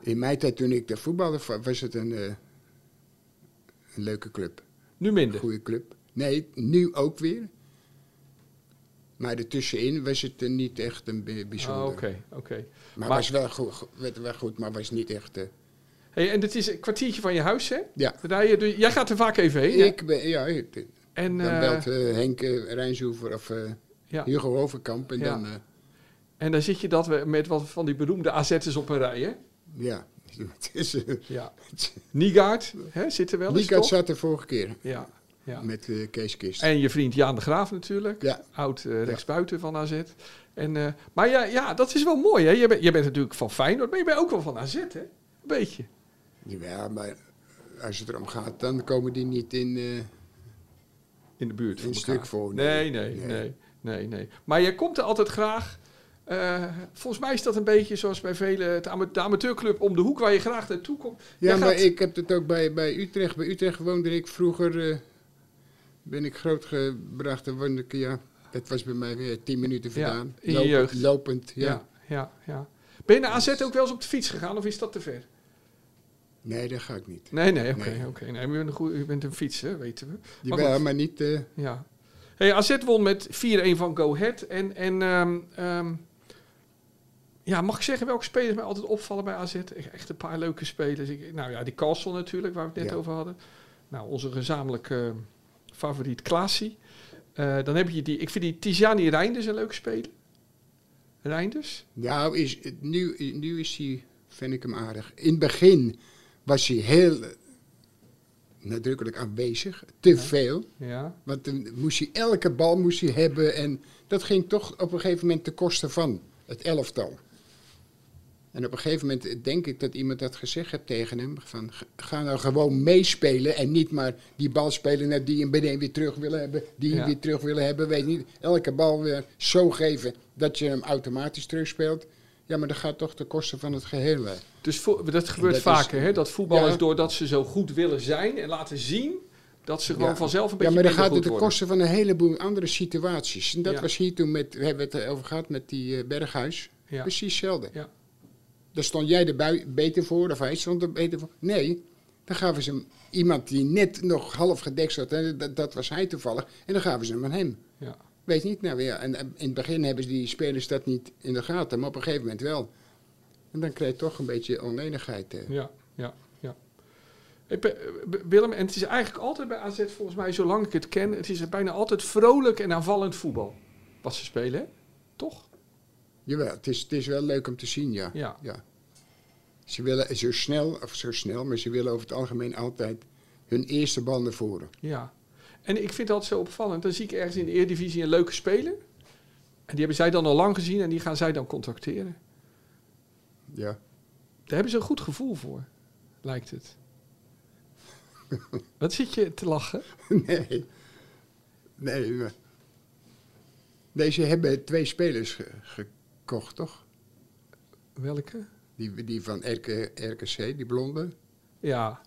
Speaker 2: In mijn tijd toen ik daar voetbalde, va- was het een, eh, een leuke club.
Speaker 4: Nu
Speaker 2: Een
Speaker 4: minder.
Speaker 2: goede club. Nee, nu ook weer. Maar ertussenin was het eh, niet echt een bi-
Speaker 4: Ah,
Speaker 2: bijzonder.
Speaker 4: Oké, oké.
Speaker 2: Maar,
Speaker 4: Maar-
Speaker 2: was wel goed, go- werd wel goed, maar was niet echt. eh,
Speaker 4: Hey, en het is een kwartiertje van je huis, hè?
Speaker 2: ja.
Speaker 4: Daar rij je door- jij gaat er vaak even heen. hè?
Speaker 2: Ik ben, ja, ik-
Speaker 4: en,
Speaker 2: dan
Speaker 4: eh,
Speaker 2: belt eh, Henk eh, Rijnshoever of eh,
Speaker 4: ja.
Speaker 2: Hugo Overkamp en
Speaker 4: Ja.
Speaker 2: dan. eh,
Speaker 4: en dan zit je dat we- met wat van die beroemde AZ'ers op een rij, hè?
Speaker 2: ja. Het is, eh,
Speaker 4: Ja. Niegaard, hè, zit er wel eens,
Speaker 2: Niekat
Speaker 4: toch?
Speaker 2: zat er vorige keer
Speaker 4: Ja, ja.
Speaker 2: met eh, Kees Kist.
Speaker 4: En je vriend Jaan de Graaf natuurlijk.
Speaker 2: Ja.
Speaker 4: Oud eh, rechtsbuiten van AZ. En, eh, maar ja, ja, dat is wel mooi, hè? Je bent, je bent natuurlijk van Feyenoord, maar je bent ook wel van AZ, hè? Een beetje.
Speaker 2: Ja, maar als het erom gaat, dan komen die niet in. eh,
Speaker 4: in de buurt.
Speaker 2: Een
Speaker 4: van
Speaker 2: stuk
Speaker 4: elkaar.
Speaker 2: voor, nee.
Speaker 4: Nee, nee, nee,
Speaker 2: Nee.
Speaker 4: nee, nee, Maar jij komt er altijd graag. eh, volgens mij is dat een beetje zoals bij velen het ama- de amateurclub om de hoek waar je graag naartoe komt.
Speaker 2: Ja,
Speaker 4: Jij
Speaker 2: maar
Speaker 4: gaat-
Speaker 2: ik heb het ook bij, bij Utrecht. Bij Utrecht woonde ik vroeger. eh, ben ik grootgebracht en woonde ik, ja. Dat was bij mij weer tien minuten
Speaker 4: Ja,
Speaker 2: vandaan.
Speaker 4: in je
Speaker 2: Lopend-
Speaker 4: jeugd.
Speaker 2: Lopend, ja.
Speaker 4: ja, ja, ja. Ben je naar AZ ook wel eens op de fiets gegaan of is dat te ver?
Speaker 2: Nee, dat ga ik niet.
Speaker 4: Nee, nee, oké.
Speaker 2: Nee.
Speaker 4: oké. nee, u, bent een goeie- u bent een fietser, weten we. Maar
Speaker 2: Jawel,
Speaker 4: goed.
Speaker 2: maar niet... eh,
Speaker 4: Ja. Hey, AZ won met 4-1 van Go Ahead. En, en ehm, ehm, ja, mag ik zeggen welke spelers mij altijd opvallen bij AZ? Echt een paar leuke spelers. Ik, nou ja, die Carlson natuurlijk, waar we het net
Speaker 2: Ja.
Speaker 4: over hadden. Nou, onze gezamenlijke eh, favoriet Klaasie. Eh, dan heb je die, ik vind die Tiziani Reinders een leuk speler. Reinders?
Speaker 2: nou, is, het- nu, nu is hij, vind ik hem aardig. In het begin was hij heel eh, nadrukkelijk aanwezig. Te veel.
Speaker 4: Ja.
Speaker 2: Want dan moest hij elke bal moest hij hebben. En dat ging toch op een gegeven moment ten koste van het elftal. En op een gegeven moment denk ik dat iemand dat gezegd heeft tegen hem. Van, "G- ga nou gewoon meespelen en niet maar die bal spelen naar die en beneden weer terug willen hebben. Die
Speaker 4: Ja.
Speaker 2: weer terug willen hebben. Weet niet. Elke bal weer zo geven dat je hem automatisch terugspeelt. Ja, maar dat gaat toch ten koste van het geheel. hè.
Speaker 4: Dus vo- dat gebeurt
Speaker 2: Dat
Speaker 4: vaker,
Speaker 2: is-
Speaker 4: hè? Dat voetballers,
Speaker 2: Ja.
Speaker 4: doordat ze zo goed willen zijn en laten zien, dat ze gewoon
Speaker 2: Ja.
Speaker 4: vanzelf een
Speaker 2: Ja,
Speaker 4: beetje
Speaker 2: maar dan
Speaker 4: minder
Speaker 2: gaat het
Speaker 4: goed
Speaker 2: ten
Speaker 4: worden.
Speaker 2: koste van een heleboel andere situaties. En dat
Speaker 4: Ja.
Speaker 2: was hier toen met, we hebben het erover gehad met die eh, Berghuis.
Speaker 4: Ja.
Speaker 2: Precies hetzelfde.
Speaker 4: Ja.
Speaker 2: Daar stond jij er bui- beter voor, of hij stond er beter voor. Nee, dan gaven ze hem iemand die net nog half gedekt zat, en dat, dat was hij toevallig, en dan gaven ze hem aan hem.
Speaker 4: Ja.
Speaker 2: Weet niet, nou ja, en, en in het begin hebben ze die spelers dat niet in de gaten, maar op een gegeven moment wel. En dan krijg je toch een beetje onenigheid. eh.
Speaker 4: Ja, ja, ja. Ik ben- eh, Willem, en het is eigenlijk altijd bij AZ, volgens mij, zolang ik het ken, het is bijna altijd vrolijk en aanvallend voetbal. Wat ze spelen, hè? Toch?
Speaker 2: Jawel, het is, het is wel leuk om te zien, ja.
Speaker 4: Ja.
Speaker 2: Ze willen zo snel, of zo snel, maar ze willen over het algemeen altijd hun eerste bal naar voren.
Speaker 4: Ja. En ik vind dat zo opvallend. Dan zie ik ergens in de Eredivisie een leuke speler. En die hebben zij dan al lang gezien en die gaan zij dan contacteren.
Speaker 2: Ja.
Speaker 4: Daar hebben ze een goed gevoel voor, lijkt het. Wat zit je te lachen?
Speaker 2: Nee. Nee, maar- nee, ze hebben twee spelers ge- gekocht, toch?
Speaker 4: Welke?
Speaker 2: Die, die van RK, RKC, die blonde.
Speaker 4: Ja.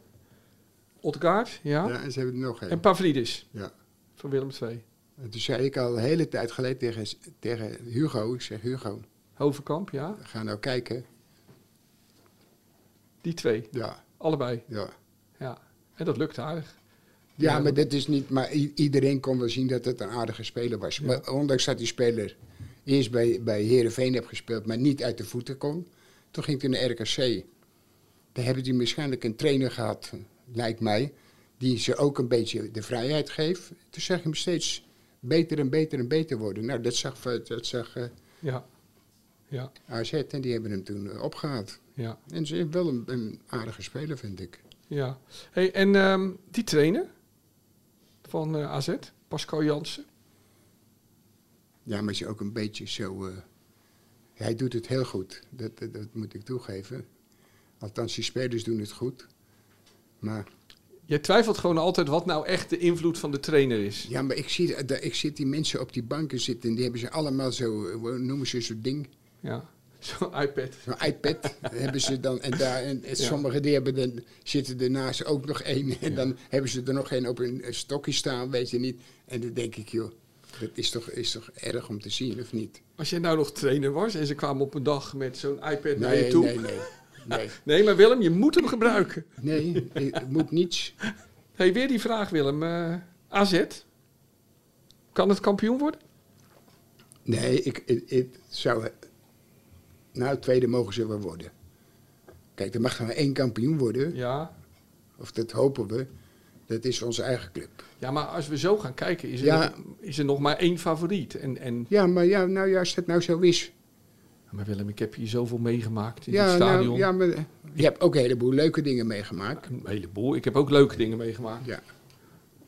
Speaker 4: Otgaard, ja.
Speaker 2: Ja, en ze hebben er nog
Speaker 4: En
Speaker 2: één.
Speaker 4: Pavlidis
Speaker 2: Ja.
Speaker 4: van Willem II.
Speaker 2: En toen zei ik al een hele tijd geleden tegen, tegen Hugo, ik zeg Hugo,
Speaker 4: Hovenkamp, ja.
Speaker 2: ga nou kijken.
Speaker 4: Die twee,
Speaker 2: Ja,
Speaker 4: allebei.
Speaker 2: ja.
Speaker 4: Ja. En dat lukt aardig.
Speaker 2: Ja,
Speaker 4: Ja.
Speaker 2: maar dat is niet. Maar i- iedereen kon wel zien dat het een aardige speler was. Maar ondanks dat die speler eerst bij, bij Herenveen heb gespeeld, maar niet uit de voeten kon. Toen ging hij naar RKC. Daar hebben die waarschijnlijk een trainer gehad, lijkt mij, die ze ook een beetje de vrijheid geeft. Toen zag je hem steeds beter en beter en beter worden. Nou, dat zag, dat zag eh,
Speaker 4: Ja. Ja.
Speaker 2: AZ en die hebben hem toen eh, opgehaald.
Speaker 4: Ja.
Speaker 2: En ze is wel een, een aardige speler, vind ik.
Speaker 4: Ja. Hey, en ehm, die trainer van eh, AZ, Pascal Jansen.
Speaker 2: Ja, maar ze ook een beetje zo. eh, hij doet het heel goed. Dat, dat, dat moet ik toegeven. Althans, die spelers doen het goed. Maar,
Speaker 4: Jij twijfelt gewoon altijd wat nou echt de invloed van de trainer is.
Speaker 2: ja, maar ik zie, da- ik zit die mensen op die banken zitten. En die hebben ze allemaal zo. eh, hoe noemen ze zo'n ding?
Speaker 4: Ja. Zo'n iPad.
Speaker 2: Zo'n iPad hebben ze dan. En, daar, en, en
Speaker 4: Ja.
Speaker 2: sommigen die hebben dan, zitten ernaast ook nog één. En dan hebben ze er nog één op een eh, stokje staan, weet je niet. En dan denk ik, joh, dat is toch, is toch erg om te zien, of niet?
Speaker 4: Als jij nou nog trainer was en ze kwamen op een dag met zo'n iPad naar je
Speaker 2: nee,
Speaker 4: toe.
Speaker 2: nee, nee. Nee,
Speaker 4: Nee, maar Willem, je moet hem gebruiken.
Speaker 2: nee, het moet niets.
Speaker 4: Hey, weer die vraag, Willem. Eh, AZ, kan het kampioen worden?
Speaker 2: Nee, ik, ik, ik zou. Nou, tweede mogen ze wel worden. Kijk, er mag er maar één kampioen worden.
Speaker 4: Ja.
Speaker 2: Of dat hopen we. Dat is onze eigen club.
Speaker 4: Ja, maar als we zo gaan kijken, is er,
Speaker 2: Ja.
Speaker 4: nog, is er nog maar één favoriet. En, en,
Speaker 2: Ja, maar ja, nou ja, als dat nou zo is.
Speaker 4: maar Willem, ik heb hier zoveel meegemaakt in
Speaker 2: Ja,
Speaker 4: het
Speaker 2: nou,
Speaker 4: stadion.
Speaker 2: ja, maar je hebt ook een heleboel leuke dingen meegemaakt.
Speaker 4: Een heleboel. Ik heb ook leuke dingen meegemaakt.
Speaker 2: Ja,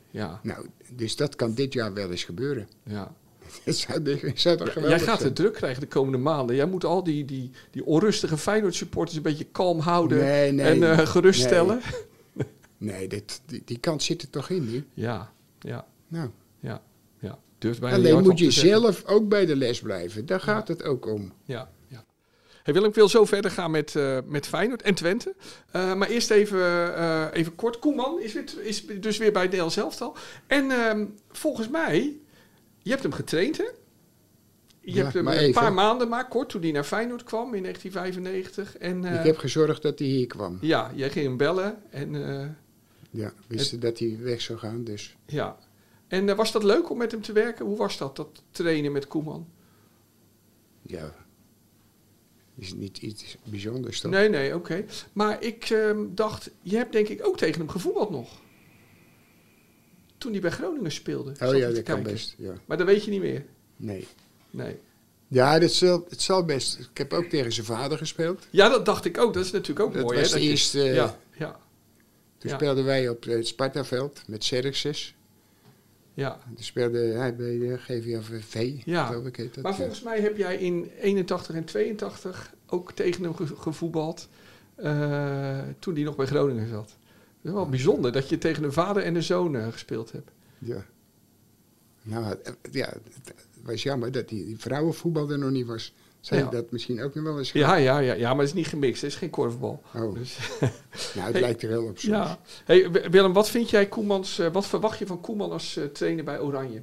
Speaker 4: Ja,
Speaker 2: nou, dus dat kan dit jaar wel eens gebeuren.
Speaker 4: ja.
Speaker 2: Dat zou, dus- dat zou toch geweldig
Speaker 4: Jij gaat
Speaker 2: zijn?
Speaker 4: het druk krijgen de komende maanden. Jij moet al die, die, die onrustige Feyenoord supporters een beetje kalm houden
Speaker 2: Nee, nee,
Speaker 4: en eh, geruststellen.
Speaker 2: Nee, dit, die, die kant zit er toch in nu?
Speaker 4: Ja, ja,
Speaker 2: Nou,
Speaker 4: ja, ja. Durft bijna niet
Speaker 2: alleen
Speaker 4: hardop
Speaker 2: moet je
Speaker 4: te zeggen.
Speaker 2: zelf ook bij de les blijven. Daar gaat het ook om.
Speaker 4: Ja, ja. Hey Willem, ik wil zo verder gaan met, eh, met Feyenoord en Twente. Eh, maar eerst even, eh, even kort. Koeman is, weer, is dus weer bij DL zelf al. En ehm, volgens mij, je hebt hem getraind, hè? Je
Speaker 2: Ja,
Speaker 4: hebt hem
Speaker 2: maar
Speaker 4: een
Speaker 2: even.
Speaker 4: paar maanden maar kort toen hij naar Feyenoord kwam in 1995. En eh,
Speaker 2: Ik heb gezorgd dat hij hier kwam.
Speaker 4: ja, jij ging hem bellen. En, eh,
Speaker 2: Ja, wisten dat hij weg zou gaan, dus
Speaker 4: ja. en eh, was dat leuk om met hem te werken? Hoe was dat, dat trainen met Koeman?
Speaker 2: ja. Is niet iets bijzonders toch?
Speaker 4: Nee, nee, oké. Maar ik eh, dacht, je hebt denk ik ook tegen hem gevoetbald nog. Toen hij bij Groningen speelde. Zat
Speaker 2: oh
Speaker 4: ik
Speaker 2: ja,
Speaker 4: te
Speaker 2: dat kan
Speaker 4: kijken.
Speaker 2: best. Ja.
Speaker 4: Maar dat weet je niet meer.
Speaker 2: Nee.
Speaker 4: Nee.
Speaker 2: Ja, dat zal, het zal best. Ik heb ook tegen zijn vader gespeeld.
Speaker 4: Ja, dat dacht ik ook. Dat is natuurlijk ook
Speaker 2: Dat
Speaker 4: mooi.
Speaker 2: was
Speaker 4: hè,
Speaker 2: de
Speaker 4: je-
Speaker 2: eerste, eh,
Speaker 4: ja, ja,
Speaker 2: Toen
Speaker 4: Ja.
Speaker 2: speelden wij op het Spartaveld met Xerxes.
Speaker 4: ja.
Speaker 2: Toen speelde hij bij de GVV,
Speaker 4: Ja.
Speaker 2: geloof ik heet dat.
Speaker 4: Maar
Speaker 2: ja.
Speaker 4: volgens mij heb jij in 81 en 82 ook tegen hem ge- gevoetbald. eh, toen hij nog bij Groningen zat. Dat is wel bijzonder dat je tegen een vader en een zoon eh, gespeeld hebt.
Speaker 2: Ja. Nou, eh, ja, het was jammer dat die, die vrouwenvoetbal er nog niet was. Zou je
Speaker 4: Ja.
Speaker 2: dat misschien ook nog wel eens
Speaker 4: Ja, ja, ja, ja maar het is niet gemixt. Het is geen korfbal.
Speaker 2: Oh.
Speaker 4: Dus,
Speaker 2: Nou, het
Speaker 4: Hey.
Speaker 2: lijkt er wel op soms.
Speaker 4: ja. Hey, Wi- Willem, wat vind jij Koemans... eh, wat verwacht je van Koeman als eh, trainer bij Oranje?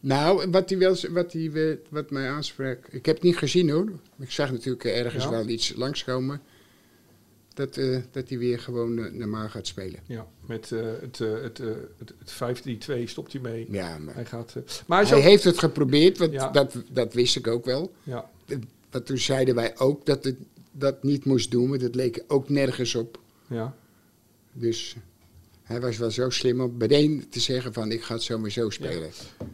Speaker 2: Nou, wat, die wel, wat, die, eh, wat mij aansprak... Ik heb het niet gezien hoor. Ik zag natuurlijk eh, ergens
Speaker 4: Ja.
Speaker 2: wel iets langskomen. Dat, eh, dat hij weer gewoon eh, normaal gaat spelen.
Speaker 4: Ja, met eh, het, eh, het, eh, het, het 5-3-2 stopt hij mee.
Speaker 2: Ja, maar...
Speaker 4: Hij
Speaker 2: Hij,
Speaker 4: gaat... eh, maar hij is ook-
Speaker 2: heeft het geprobeerd, want
Speaker 4: Ja.
Speaker 2: dat, dat wist ik ook wel.
Speaker 4: Ja,
Speaker 2: Eh, Want toen zeiden wij ook dat het dat niet moest doen, want het leek ook nergens op.
Speaker 4: ja,
Speaker 2: Dus hij was wel zo slim om meteen te zeggen van ik ga het zomaar zo spelen. Nou,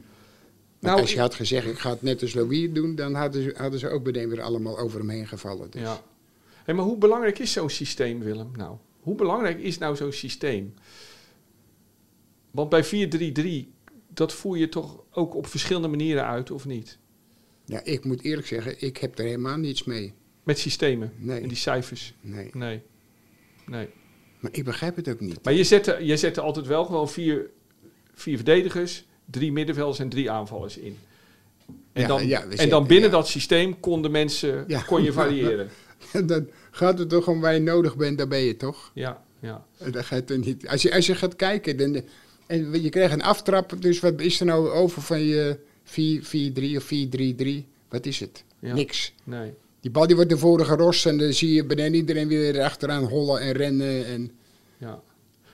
Speaker 4: Nou,
Speaker 2: als je
Speaker 4: ik-
Speaker 2: had gezegd ik ga het net als Louis doen, dan hadden ze, hadden ze ook meteen weer allemaal over hem heen gevallen. Dus.
Speaker 4: ja. Hey, maar hoe belangrijk is zo'n systeem, Willem, nou? Hoe belangrijk is nou zo'n systeem? Want bij 4-3-3, dat voer je toch ook op verschillende manieren uit, of niet?
Speaker 2: Ja, ik moet eerlijk zeggen, ik heb er helemaal niets mee.
Speaker 4: Met systemen
Speaker 2: Nee.
Speaker 4: en die cijfers.
Speaker 2: Nee.
Speaker 4: Nee, nee.
Speaker 2: Maar ik begrijp het ook niet.
Speaker 4: Maar je zette, je zette altijd wel gewoon vier, vier verdedigers, drie middenvelders en drie aanvallers in. En
Speaker 2: Ja,
Speaker 4: dan,
Speaker 2: ja, we
Speaker 4: en
Speaker 2: zetten,
Speaker 4: dan binnen
Speaker 2: ja.
Speaker 4: dat systeem konden mensen,
Speaker 2: Ja.
Speaker 4: kon je variëren.
Speaker 2: dan gaat het toch om waar je nodig bent, daar ben je toch?
Speaker 4: Ja, ja.
Speaker 2: Dan ga je toch niet. Als je, als je gaat kijken dan, en je krijgt een aftrap, dus wat is er nou over van je 4-4-3 of 4-3-3? Wat is het?
Speaker 4: Ja.
Speaker 2: Niks.
Speaker 4: Nee.
Speaker 2: Die bal die wordt naar voren gerost en dan zie je beneden iedereen weer achteraan hollen en rennen. En
Speaker 4: Ja.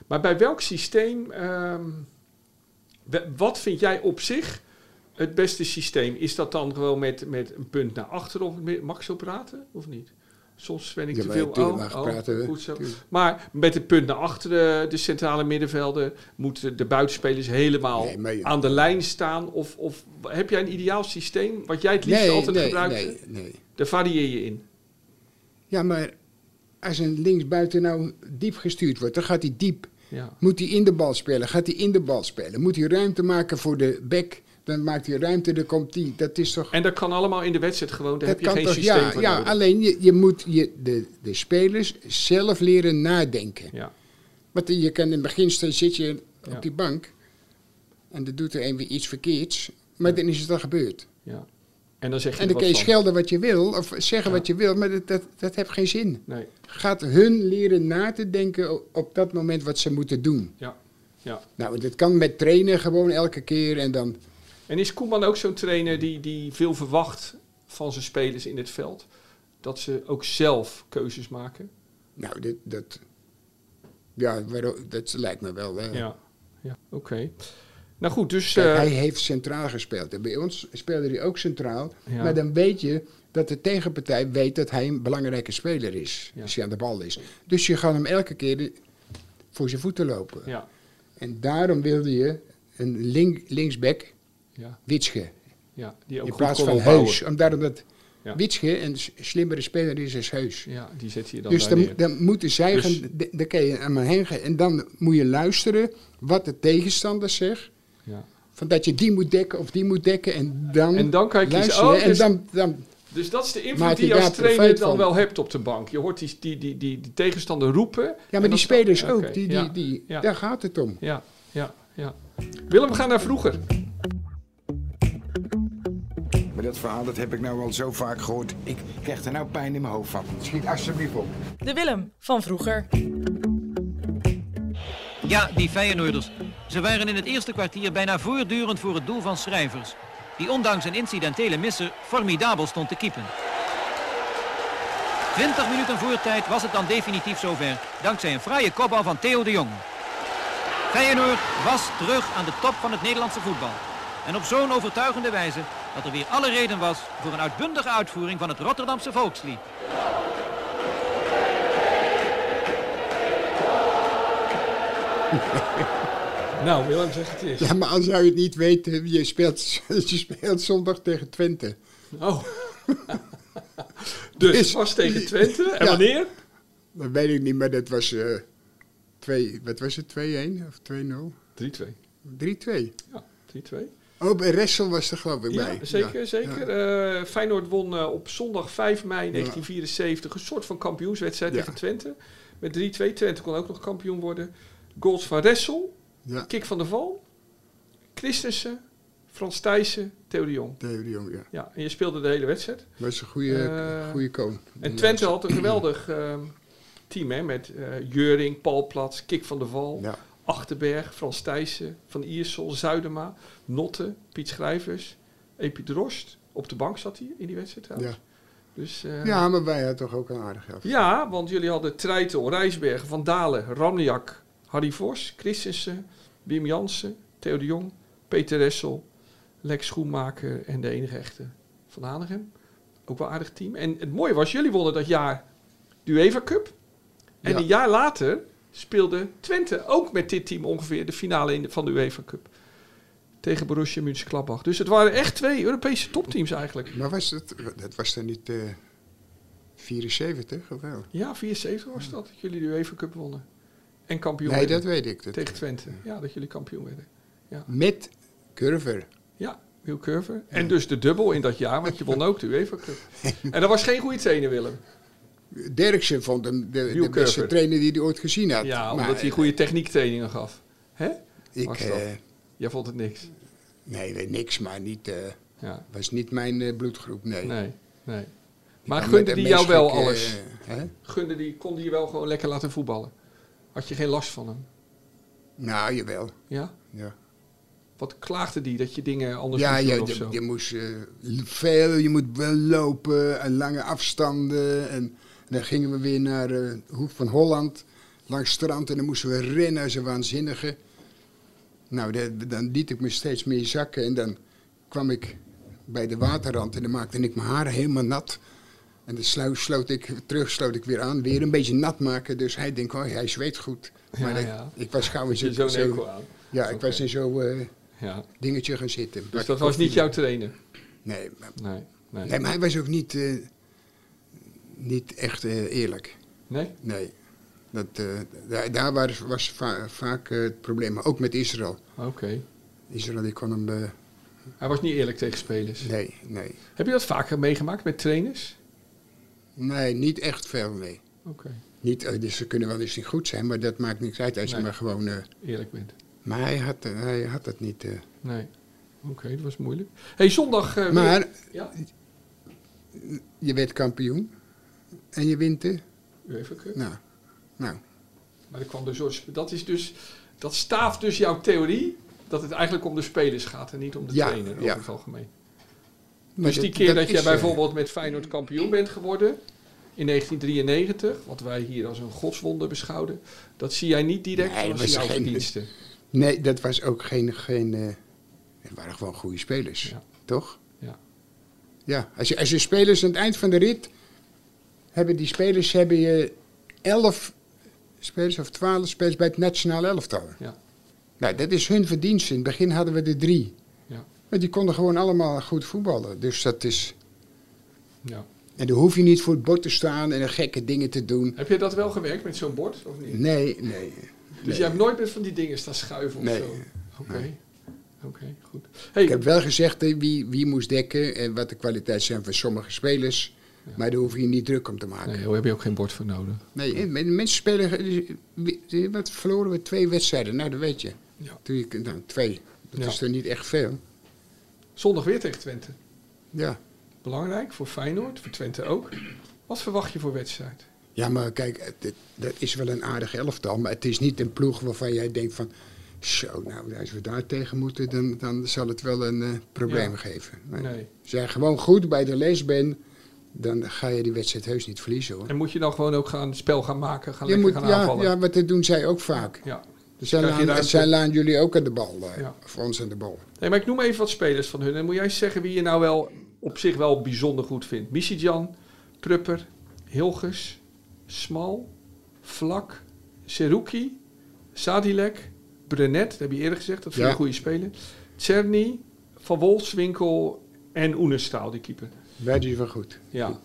Speaker 4: Maar bij welk systeem, ehm, we- wat vind jij op zich het beste systeem? Is dat dan gewoon met, met een punt naar achter of met- mag ik zo praten of niet? Soms ben ik
Speaker 2: Ja,
Speaker 4: te
Speaker 2: maar
Speaker 4: veel oh,
Speaker 2: tuurlijk mag ik praten, hè.
Speaker 4: goed zo.
Speaker 2: Tuurlijk.
Speaker 4: Maar met een punt naar achteren, de centrale middenvelden, moeten de buitenspelers helemaal
Speaker 2: Nee, maar je-
Speaker 4: aan de lijn staan? Of, of heb jij een ideaal systeem wat jij het liefst altijd
Speaker 2: nee,
Speaker 4: gebruikt?
Speaker 2: nee, nee.
Speaker 4: Daar varieer je in.
Speaker 2: Ja, maar als een linksbuiten nou diep gestuurd wordt, dan gaat hij diep.
Speaker 4: Ja.
Speaker 2: Moet hij in de bal spelen? Gaat hij in de bal spelen? Moet hij ruimte maken voor de back? Dan maakt hij ruimte, dan komt die. Dat is toch.
Speaker 4: En dat kan allemaal in de wedstrijd gewoon, daar heb je geen systeem
Speaker 2: ja,
Speaker 4: voor
Speaker 2: ja,
Speaker 4: nodig.
Speaker 2: alleen je, je moet je, de, de spelers zelf leren nadenken.
Speaker 4: Ja,
Speaker 2: Want je kan in het begin staan, zit je op
Speaker 4: Ja.
Speaker 2: die bank en dan doet er een weer iets verkeerds, maar dan is het al gebeurd.
Speaker 4: ja. En dan zeg je
Speaker 2: En
Speaker 4: er
Speaker 2: dan
Speaker 4: wat
Speaker 2: kun je
Speaker 4: van.
Speaker 2: schelden wat je wil of zeggen
Speaker 4: Ja.
Speaker 2: wat je wil, maar dat, dat, dat heeft geen zin.
Speaker 4: Nee,
Speaker 2: Gaat hun leren na te denken o- op dat moment wat ze moeten doen.
Speaker 4: ja. ja.
Speaker 2: Nou, dat kan met trainen gewoon elke keer en dan...
Speaker 4: En is Koeman ook zo'n trainer die, die veel verwacht van zijn spelers in het veld? Dat ze ook zelf keuzes maken?
Speaker 2: Nou, dit, dat... Ja, waarom- dat lijkt me wel. hè.
Speaker 4: Ja. ja. Oké. Nou goed, dus...
Speaker 2: Kijk,
Speaker 4: eh,
Speaker 2: hij heeft centraal gespeeld. En bij ons speelde hij ook centraal.
Speaker 4: Ja.
Speaker 2: Maar dan weet je dat de tegenpartij weet dat hij een belangrijke speler is.
Speaker 4: Ja.
Speaker 2: Als hij aan de bal is. Dus je gaat hem elke keer voor zijn voeten lopen.
Speaker 4: ja,
Speaker 2: En daarom wilde je een link, linksback
Speaker 4: ja,
Speaker 2: Witsche.
Speaker 4: ja. Die ook
Speaker 2: In
Speaker 4: goed
Speaker 2: plaats
Speaker 4: kon
Speaker 2: van
Speaker 4: opbouwen.
Speaker 2: Heus. Omdat omdat
Speaker 4: Ja.
Speaker 2: Witsche een s- slimmere speler is als Heus.
Speaker 4: Ja, die zet je dan
Speaker 2: Dus
Speaker 4: daar
Speaker 2: dan,
Speaker 4: neer.
Speaker 2: dan moeten zij
Speaker 4: Dus-
Speaker 2: gaan, d- dan kan je aan me heen gaan. En dan moet je luisteren wat de tegenstander zegt.
Speaker 4: Ja.
Speaker 2: Van dat je die moet dekken of die moet dekken en dan...
Speaker 4: En dan kan je kiezen,
Speaker 2: luisteren,
Speaker 4: oh,
Speaker 2: hè,
Speaker 4: dus-
Speaker 2: En dan, dan,
Speaker 4: Dus dat is de invloed
Speaker 2: Maak
Speaker 4: die
Speaker 2: je
Speaker 4: je als
Speaker 2: daar
Speaker 4: trainer
Speaker 2: profijt
Speaker 4: dan
Speaker 2: van.
Speaker 4: wel hebt op de bank. Je hoort die, die, die, die, die tegenstander roepen.
Speaker 2: ja,
Speaker 4: En
Speaker 2: maar
Speaker 4: dan-
Speaker 2: die spelers
Speaker 4: Oké,
Speaker 2: ook, die, die,
Speaker 4: ja,
Speaker 2: die,
Speaker 4: ja.
Speaker 2: daar gaat het om.
Speaker 4: Ja, ja, ja. Willem, we gaan naar vroeger.
Speaker 5: Maar dat verhaal dat heb ik nou al zo vaak gehoord. Ik krijg er nou pijn in mijn hoofd van.
Speaker 2: Schiet alsjeblieft op.
Speaker 3: De Willem van vroeger.
Speaker 6: Ja, die Feyenoorders. Ze waren in het eerste kwartier bijna voortdurend voor het doel van Schrijvers. die ondanks een incidentele misser formidabel stond te keepen. 20 minuten voortijd was het dan definitief zover, dankzij een fraaie kopbal van Theo de Jong. Feyenoord was terug aan de top van het Nederlandse voetbal. En op zo'n overtuigende wijze dat er weer alle reden was voor een uitbundige uitvoering van het Rotterdamse volkslied.
Speaker 4: Nou, Willem, zeg het eens.
Speaker 2: Ja, maar als zou je het niet weten, je speelt, je speelt zondag tegen Twente.
Speaker 4: Oh. dus
Speaker 2: Is-
Speaker 4: was tegen Twente. En
Speaker 2: Ja.
Speaker 4: wanneer?
Speaker 2: Dat weet ik niet, maar dat was, eh twee, wat was het, 2-1 of 2-0?
Speaker 4: 3-2.
Speaker 2: 3-2.
Speaker 4: Ja, 3-2.
Speaker 2: Oh, bij Ressel was er geloof ik bij.
Speaker 4: Ja, zeker,
Speaker 2: Ja,
Speaker 4: zeker.
Speaker 2: ja.
Speaker 4: Eh, Feyenoord won eh, op zondag 5 mei 1974 een soort van kampioenswedstrijd
Speaker 2: Ja.
Speaker 4: tegen Twente. Met 3-2. Twente kon ook nog kampioen worden. Goals van Ressel,
Speaker 2: Ja,
Speaker 4: Kik van der Val, Christensen, Frans Thijssen, Theo de Jong.
Speaker 2: Theo de Jong, ja.
Speaker 4: Ja, en je speelde de hele wedstrijd.
Speaker 2: Was een goede,
Speaker 4: Eh,
Speaker 2: goede koon.
Speaker 4: En Twente had een geweldig ehm, team, hè, met eh Juring, Paul Plats, Kik van der Val,
Speaker 2: Ja.
Speaker 4: Achterberg, Frans Thijssen, Van Iersel, Zuidema, Notte, Piet Schrijvers, Epi Drost. Op de bank zat hij in die wedstrijd trouwens.
Speaker 2: Ja.
Speaker 4: Dus, eh, ja.
Speaker 2: ja, maar wij hadden toch ook een aardig geld.
Speaker 4: want jullie hadden Treitel, Rijsbergen, Van Dalen, Ramniak, Harry Vos, Christensen, Wim Jansen, Theo de Jong, Peter Ressel, Lex Schoenmaker en de enige echte Van Hanegem. Ook wel een aardig team. En het mooie was, jullie wonnen dat jaar de UEFA Cup. En
Speaker 2: Ja.
Speaker 4: een jaar later speelde Twente ook met dit team ongeveer de finale in de- van de UEFA Cup. Tegen Borussia Mönchengladbach. Dus het waren echt twee Europese topteams eigenlijk.
Speaker 2: Maar was dat, dat was dan niet eh 74 of wel?
Speaker 4: Ja, 74 was dat. dat jullie de UEFA Cup wonnen. En kampioen
Speaker 2: Nee, dat
Speaker 4: werden.
Speaker 2: weet ik. Dat
Speaker 4: Tegen Twente. Ja, dat jullie kampioen werden. Ja,
Speaker 2: Met Curver.
Speaker 4: ja Wil Curver. En dus de dubbel in dat jaar, want je won ook de UEFA Cup. En dat was geen goede trainer, Willem.
Speaker 2: Derksen vond hem de, de
Speaker 4: Wiel
Speaker 2: beste
Speaker 4: Curver.
Speaker 2: trainer die hij ooit gezien had.
Speaker 4: Ja,
Speaker 2: Maar,
Speaker 4: omdat hij goede techniektrainingen gaf. Hè?
Speaker 2: eh, Ik,
Speaker 4: was dat.
Speaker 2: eh,
Speaker 4: Jij vond het niks.
Speaker 2: nee, weet niks, maar niet, eh,
Speaker 4: Ja,
Speaker 2: was niet mijn eh, bloedgroep, nee.
Speaker 4: nee, nee. Maar
Speaker 2: Ja,
Speaker 4: gunde
Speaker 2: met
Speaker 4: die
Speaker 2: een
Speaker 4: jou wel
Speaker 2: menselijke,
Speaker 4: alles?
Speaker 2: eh, hè?
Speaker 4: Gunde die, kon die je wel gewoon lekker laten voetballen? Had je geen last van hem?
Speaker 2: Nou, jawel.
Speaker 4: Ja?
Speaker 2: Ja,
Speaker 4: Wat klaagde die? Dat je dingen anders
Speaker 2: ja,
Speaker 4: moest doen
Speaker 2: je,
Speaker 4: of
Speaker 2: je-
Speaker 4: zo?
Speaker 2: je moest eh, veel, je moet wel lopen en lange afstanden. En, dan gingen we weer naar eh, de Hoek van Holland, langs het strand. En dan moesten we rennen als een waanzinnige. Nou, de- dan liet ik me steeds meer zakken. En dan kwam ik bij de waterrand en dan maakte ik mijn haar helemaal nat. En dan slu- sloot ik, terug sloot ik weer aan, weer een beetje nat maken. Dus hij denkt, oh, hij zweet goed.
Speaker 4: Ja,
Speaker 2: Maar ik-
Speaker 4: ja.
Speaker 2: ik, was gauw in
Speaker 4: Had je
Speaker 2: zo'n...
Speaker 4: zo'n
Speaker 2: zo-
Speaker 4: enkel aan?
Speaker 2: ja, ik was in zo'n eh,
Speaker 4: Ja.
Speaker 2: dingetje gaan zitten.
Speaker 4: Dus dat was niet jouw trainer?
Speaker 2: Nee, maar,
Speaker 4: Nee. Nee?
Speaker 2: nee, maar hij was ook niet, eh, niet echt eh, eerlijk.
Speaker 4: Nee?
Speaker 2: Nee. Dat, eh, daar daar was, was va- vaak eh, het probleem, maar ook met Israël.
Speaker 4: Oké.
Speaker 2: Israël, die kon hem... eh,
Speaker 4: Hij was niet eerlijk tegen spelers.
Speaker 2: nee, nee.
Speaker 4: Heb je dat vaker meegemaakt met trainers?
Speaker 2: Nee, niet echt veel, nee.
Speaker 4: Oké.
Speaker 2: Niet, eh, dus ze kunnen wel eens niet goed zijn, maar dat maakt niks uit als
Speaker 4: Nee.
Speaker 2: je maar gewoon... eh,
Speaker 4: Eerlijk bent.
Speaker 2: maar hij had, eh, hij had dat niet. eh.
Speaker 4: Nee. Oké, dat was moeilijk. hey, zondag... eh,
Speaker 2: Maar
Speaker 4: weer- Ja,
Speaker 2: je werd kampioen en je wint de...
Speaker 4: UEFA Cup.
Speaker 2: Nou, nou.
Speaker 4: Maar dat, kwam dus, door- dat, is dus, dat staaft dus jouw theorie dat het eigenlijk om de spelers gaat en niet om de
Speaker 2: Ja,
Speaker 4: trainer over
Speaker 2: ja.
Speaker 4: het algemeen.
Speaker 2: Maar
Speaker 4: Dus die
Speaker 2: dat-
Speaker 4: keer dat,
Speaker 2: is,
Speaker 4: jij
Speaker 2: eh,
Speaker 4: bijvoorbeeld met Feyenoord kampioen bent geworden in 1993, wat wij hier als een godswonder beschouwden, dat zie jij niet direct
Speaker 2: Nee,
Speaker 4: als
Speaker 2: we
Speaker 4: jouw
Speaker 2: zijn-
Speaker 4: verdiensten.
Speaker 2: Nee, dat was ook geen. geen eh, het waren gewoon goede spelers,
Speaker 4: Ja.
Speaker 2: toch?
Speaker 4: Ja.
Speaker 2: Ja, als je, als je spelers aan het eind van de rit. hebben die spelers. hebben je elf spelers of twaalf spelers bij het nationale elftal.
Speaker 4: Ja.
Speaker 2: Nou, dat is hun verdienste. In het begin hadden we er drie.
Speaker 4: Ja.
Speaker 2: Maar die konden gewoon allemaal goed voetballen. Dus dat is.
Speaker 4: Ja.
Speaker 2: En dan hoef je niet voor het bord te staan en gekke dingen te doen.
Speaker 4: Heb je dat wel gewerkt met zo'n bord of niet?
Speaker 2: Nee, nee.
Speaker 4: Dus jij hebt nooit met van die dingen staan schuiven of
Speaker 2: Nee.
Speaker 4: zo? Oké. Oké, goed.
Speaker 2: Ik
Speaker 4: Hey,
Speaker 2: heb wel gezegd hè, wie, wie moest dekken en wat de kwaliteit zijn van sommige spelers. Maar daar hoef je niet druk om te maken.
Speaker 4: nee, daar heb je ook geen bord voor nodig.
Speaker 2: Nee, en de mensen spelen. eh, Wat verloren we twee wedstrijden? Nou, dat weet je.
Speaker 4: Ja.
Speaker 2: Toen je nou, twee. Dat
Speaker 4: Ja.
Speaker 2: is er niet echt veel.
Speaker 4: Zondag weer tegen Twente.
Speaker 2: Ja.
Speaker 4: Belangrijk voor Feyenoord, voor Twente ook. Wat verwacht je voor wedstrijd?
Speaker 2: Ja, maar kijk, het- het- dat is wel een aardig elftal. Maar het is niet een ploeg waarvan jij denkt van. Zo, nou, als we daar tegen moeten, dan, dan zal het wel een eh, probleem
Speaker 4: Ja.
Speaker 2: geven. Maar
Speaker 4: Nee.
Speaker 2: Als jij gewoon goed bij de les bent, dan ga je die wedstrijd heus niet verliezen hoor.
Speaker 4: En moet je dan gewoon ook gaan spel gaan maken, gaan
Speaker 2: Je
Speaker 4: lekker
Speaker 2: moet,
Speaker 4: gaan
Speaker 2: ja,
Speaker 4: aanvallen?
Speaker 2: ja, want dat doen zij ook vaak.
Speaker 4: ja.
Speaker 2: Dus zij
Speaker 4: Krijg je
Speaker 2: laan,
Speaker 4: ruimte?
Speaker 2: zij laan jullie ook aan de bal, eh,
Speaker 4: Ja.
Speaker 2: of ons aan de bal.
Speaker 4: Nee, maar ik noem even wat spelers van hun. En moet jij eens zeggen wie je nou wel op zich wel bijzonder goed vindt. Michijan, Prupper, Hilgers, Smal, Vlak, Seruki, Sadilek, Brenet, dat heb je eerder gezegd, dat vind ik
Speaker 2: Ja.
Speaker 4: een goede speler. Czerny, Van Wolfswinkel en Oenestaal, die keeper.
Speaker 2: Wij doen wel goed.
Speaker 4: Ja,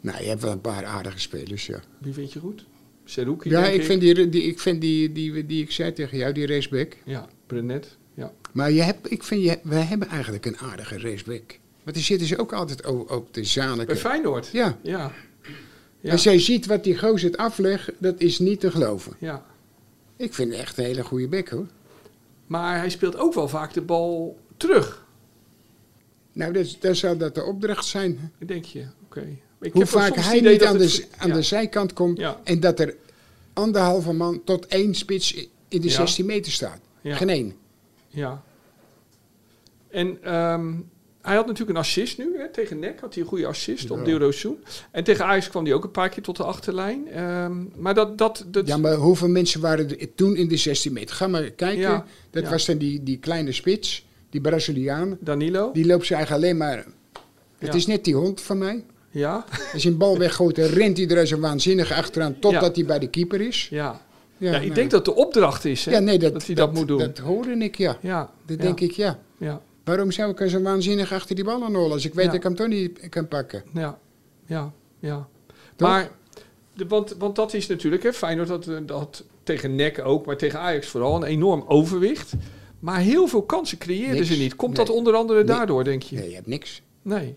Speaker 2: Nou, je hebt wel een paar aardige spelers, ja.
Speaker 4: wie vind je goed? Seruki,
Speaker 2: Ja,
Speaker 4: denk
Speaker 2: ik vind die, die, ik vind die, die, die ik zei tegen jou, die raceback.
Speaker 4: Ja, Brenet, ja.
Speaker 2: Maar je hebt, ik vind, je, wij hebben eigenlijk een aardige raceback. Want die zitten ze ook altijd o- op de
Speaker 4: Bij
Speaker 2: zalige.
Speaker 4: Feyenoord.
Speaker 2: Ja.
Speaker 4: Ja, ja.
Speaker 2: Als jij ziet wat die gozer het aflegt, dat is niet te geloven.
Speaker 4: ja.
Speaker 2: Ik vind het echt een hele goede bek, hoor.
Speaker 4: Maar hij speelt ook wel vaak de bal terug,
Speaker 2: Nou, dat, dat zou dat de opdracht zijn.
Speaker 4: denk je. Oké. Ik
Speaker 2: Hoe
Speaker 4: heb wel
Speaker 2: vaak
Speaker 4: soms het
Speaker 2: hij
Speaker 4: idee
Speaker 2: niet
Speaker 4: dat
Speaker 2: aan,
Speaker 4: het-
Speaker 2: de, aan
Speaker 4: ja.
Speaker 2: de zijkant komt
Speaker 4: Ja.
Speaker 2: en dat er anderhalve man tot één spits in de
Speaker 4: Ja.
Speaker 2: 16 meter staat.
Speaker 4: Ja.
Speaker 2: Geen één.
Speaker 4: Ja. En ehm, hij had natuurlijk een assist nu. Hè. Tegen NEC had hij een goede assist op Deurozoo. En tegen Ajax kwam hij ook een paar keer tot de achterlijn. Ehm, maar dat... dat, dat
Speaker 2: Ja, maar hoeveel mensen waren er toen in de 16 meter? Ga maar kijken.
Speaker 4: Ja,
Speaker 2: Dat
Speaker 4: ja.
Speaker 2: was dan die, die kleine spits, die Braziliaan.
Speaker 4: Danilo?
Speaker 2: Die loopt ze eigenlijk alleen maar... Het
Speaker 4: Ja.
Speaker 2: is net die hond van mij.
Speaker 4: Ja?
Speaker 2: Als je een bal weggooit, dan rent hij er als een waanzinnige achteraan... totdat hij bij de keeper is.
Speaker 4: Ja.
Speaker 2: Ja,
Speaker 4: ja, ik
Speaker 2: nou.
Speaker 4: denk dat de opdracht is hè,
Speaker 2: Ja, nee, dat,
Speaker 4: hij dat, moet doen.
Speaker 2: Dat hoorde ik, ja.
Speaker 4: ja.
Speaker 2: Dat
Speaker 4: ja,
Speaker 2: denk ik, ja.
Speaker 4: Ja.
Speaker 2: Waarom zou ik als een waanzinnig achter die bal aan rollen... als ik weet
Speaker 4: Ja.
Speaker 2: dat ik hem toch niet kan pakken?
Speaker 4: Ja, ja, ja. Maar, de, want, want dat is natuurlijk, hè, Feyenoord had, eh, dat tegen NEC ook, maar tegen Ajax vooral, een enorm overwicht. Maar heel veel kansen creëerden
Speaker 2: Niks.
Speaker 4: ze niet. Komt dat
Speaker 2: Nee.
Speaker 4: onder andere
Speaker 2: Nee.
Speaker 4: daardoor, denk je?
Speaker 2: Nee, je hebt niks.
Speaker 4: Nee.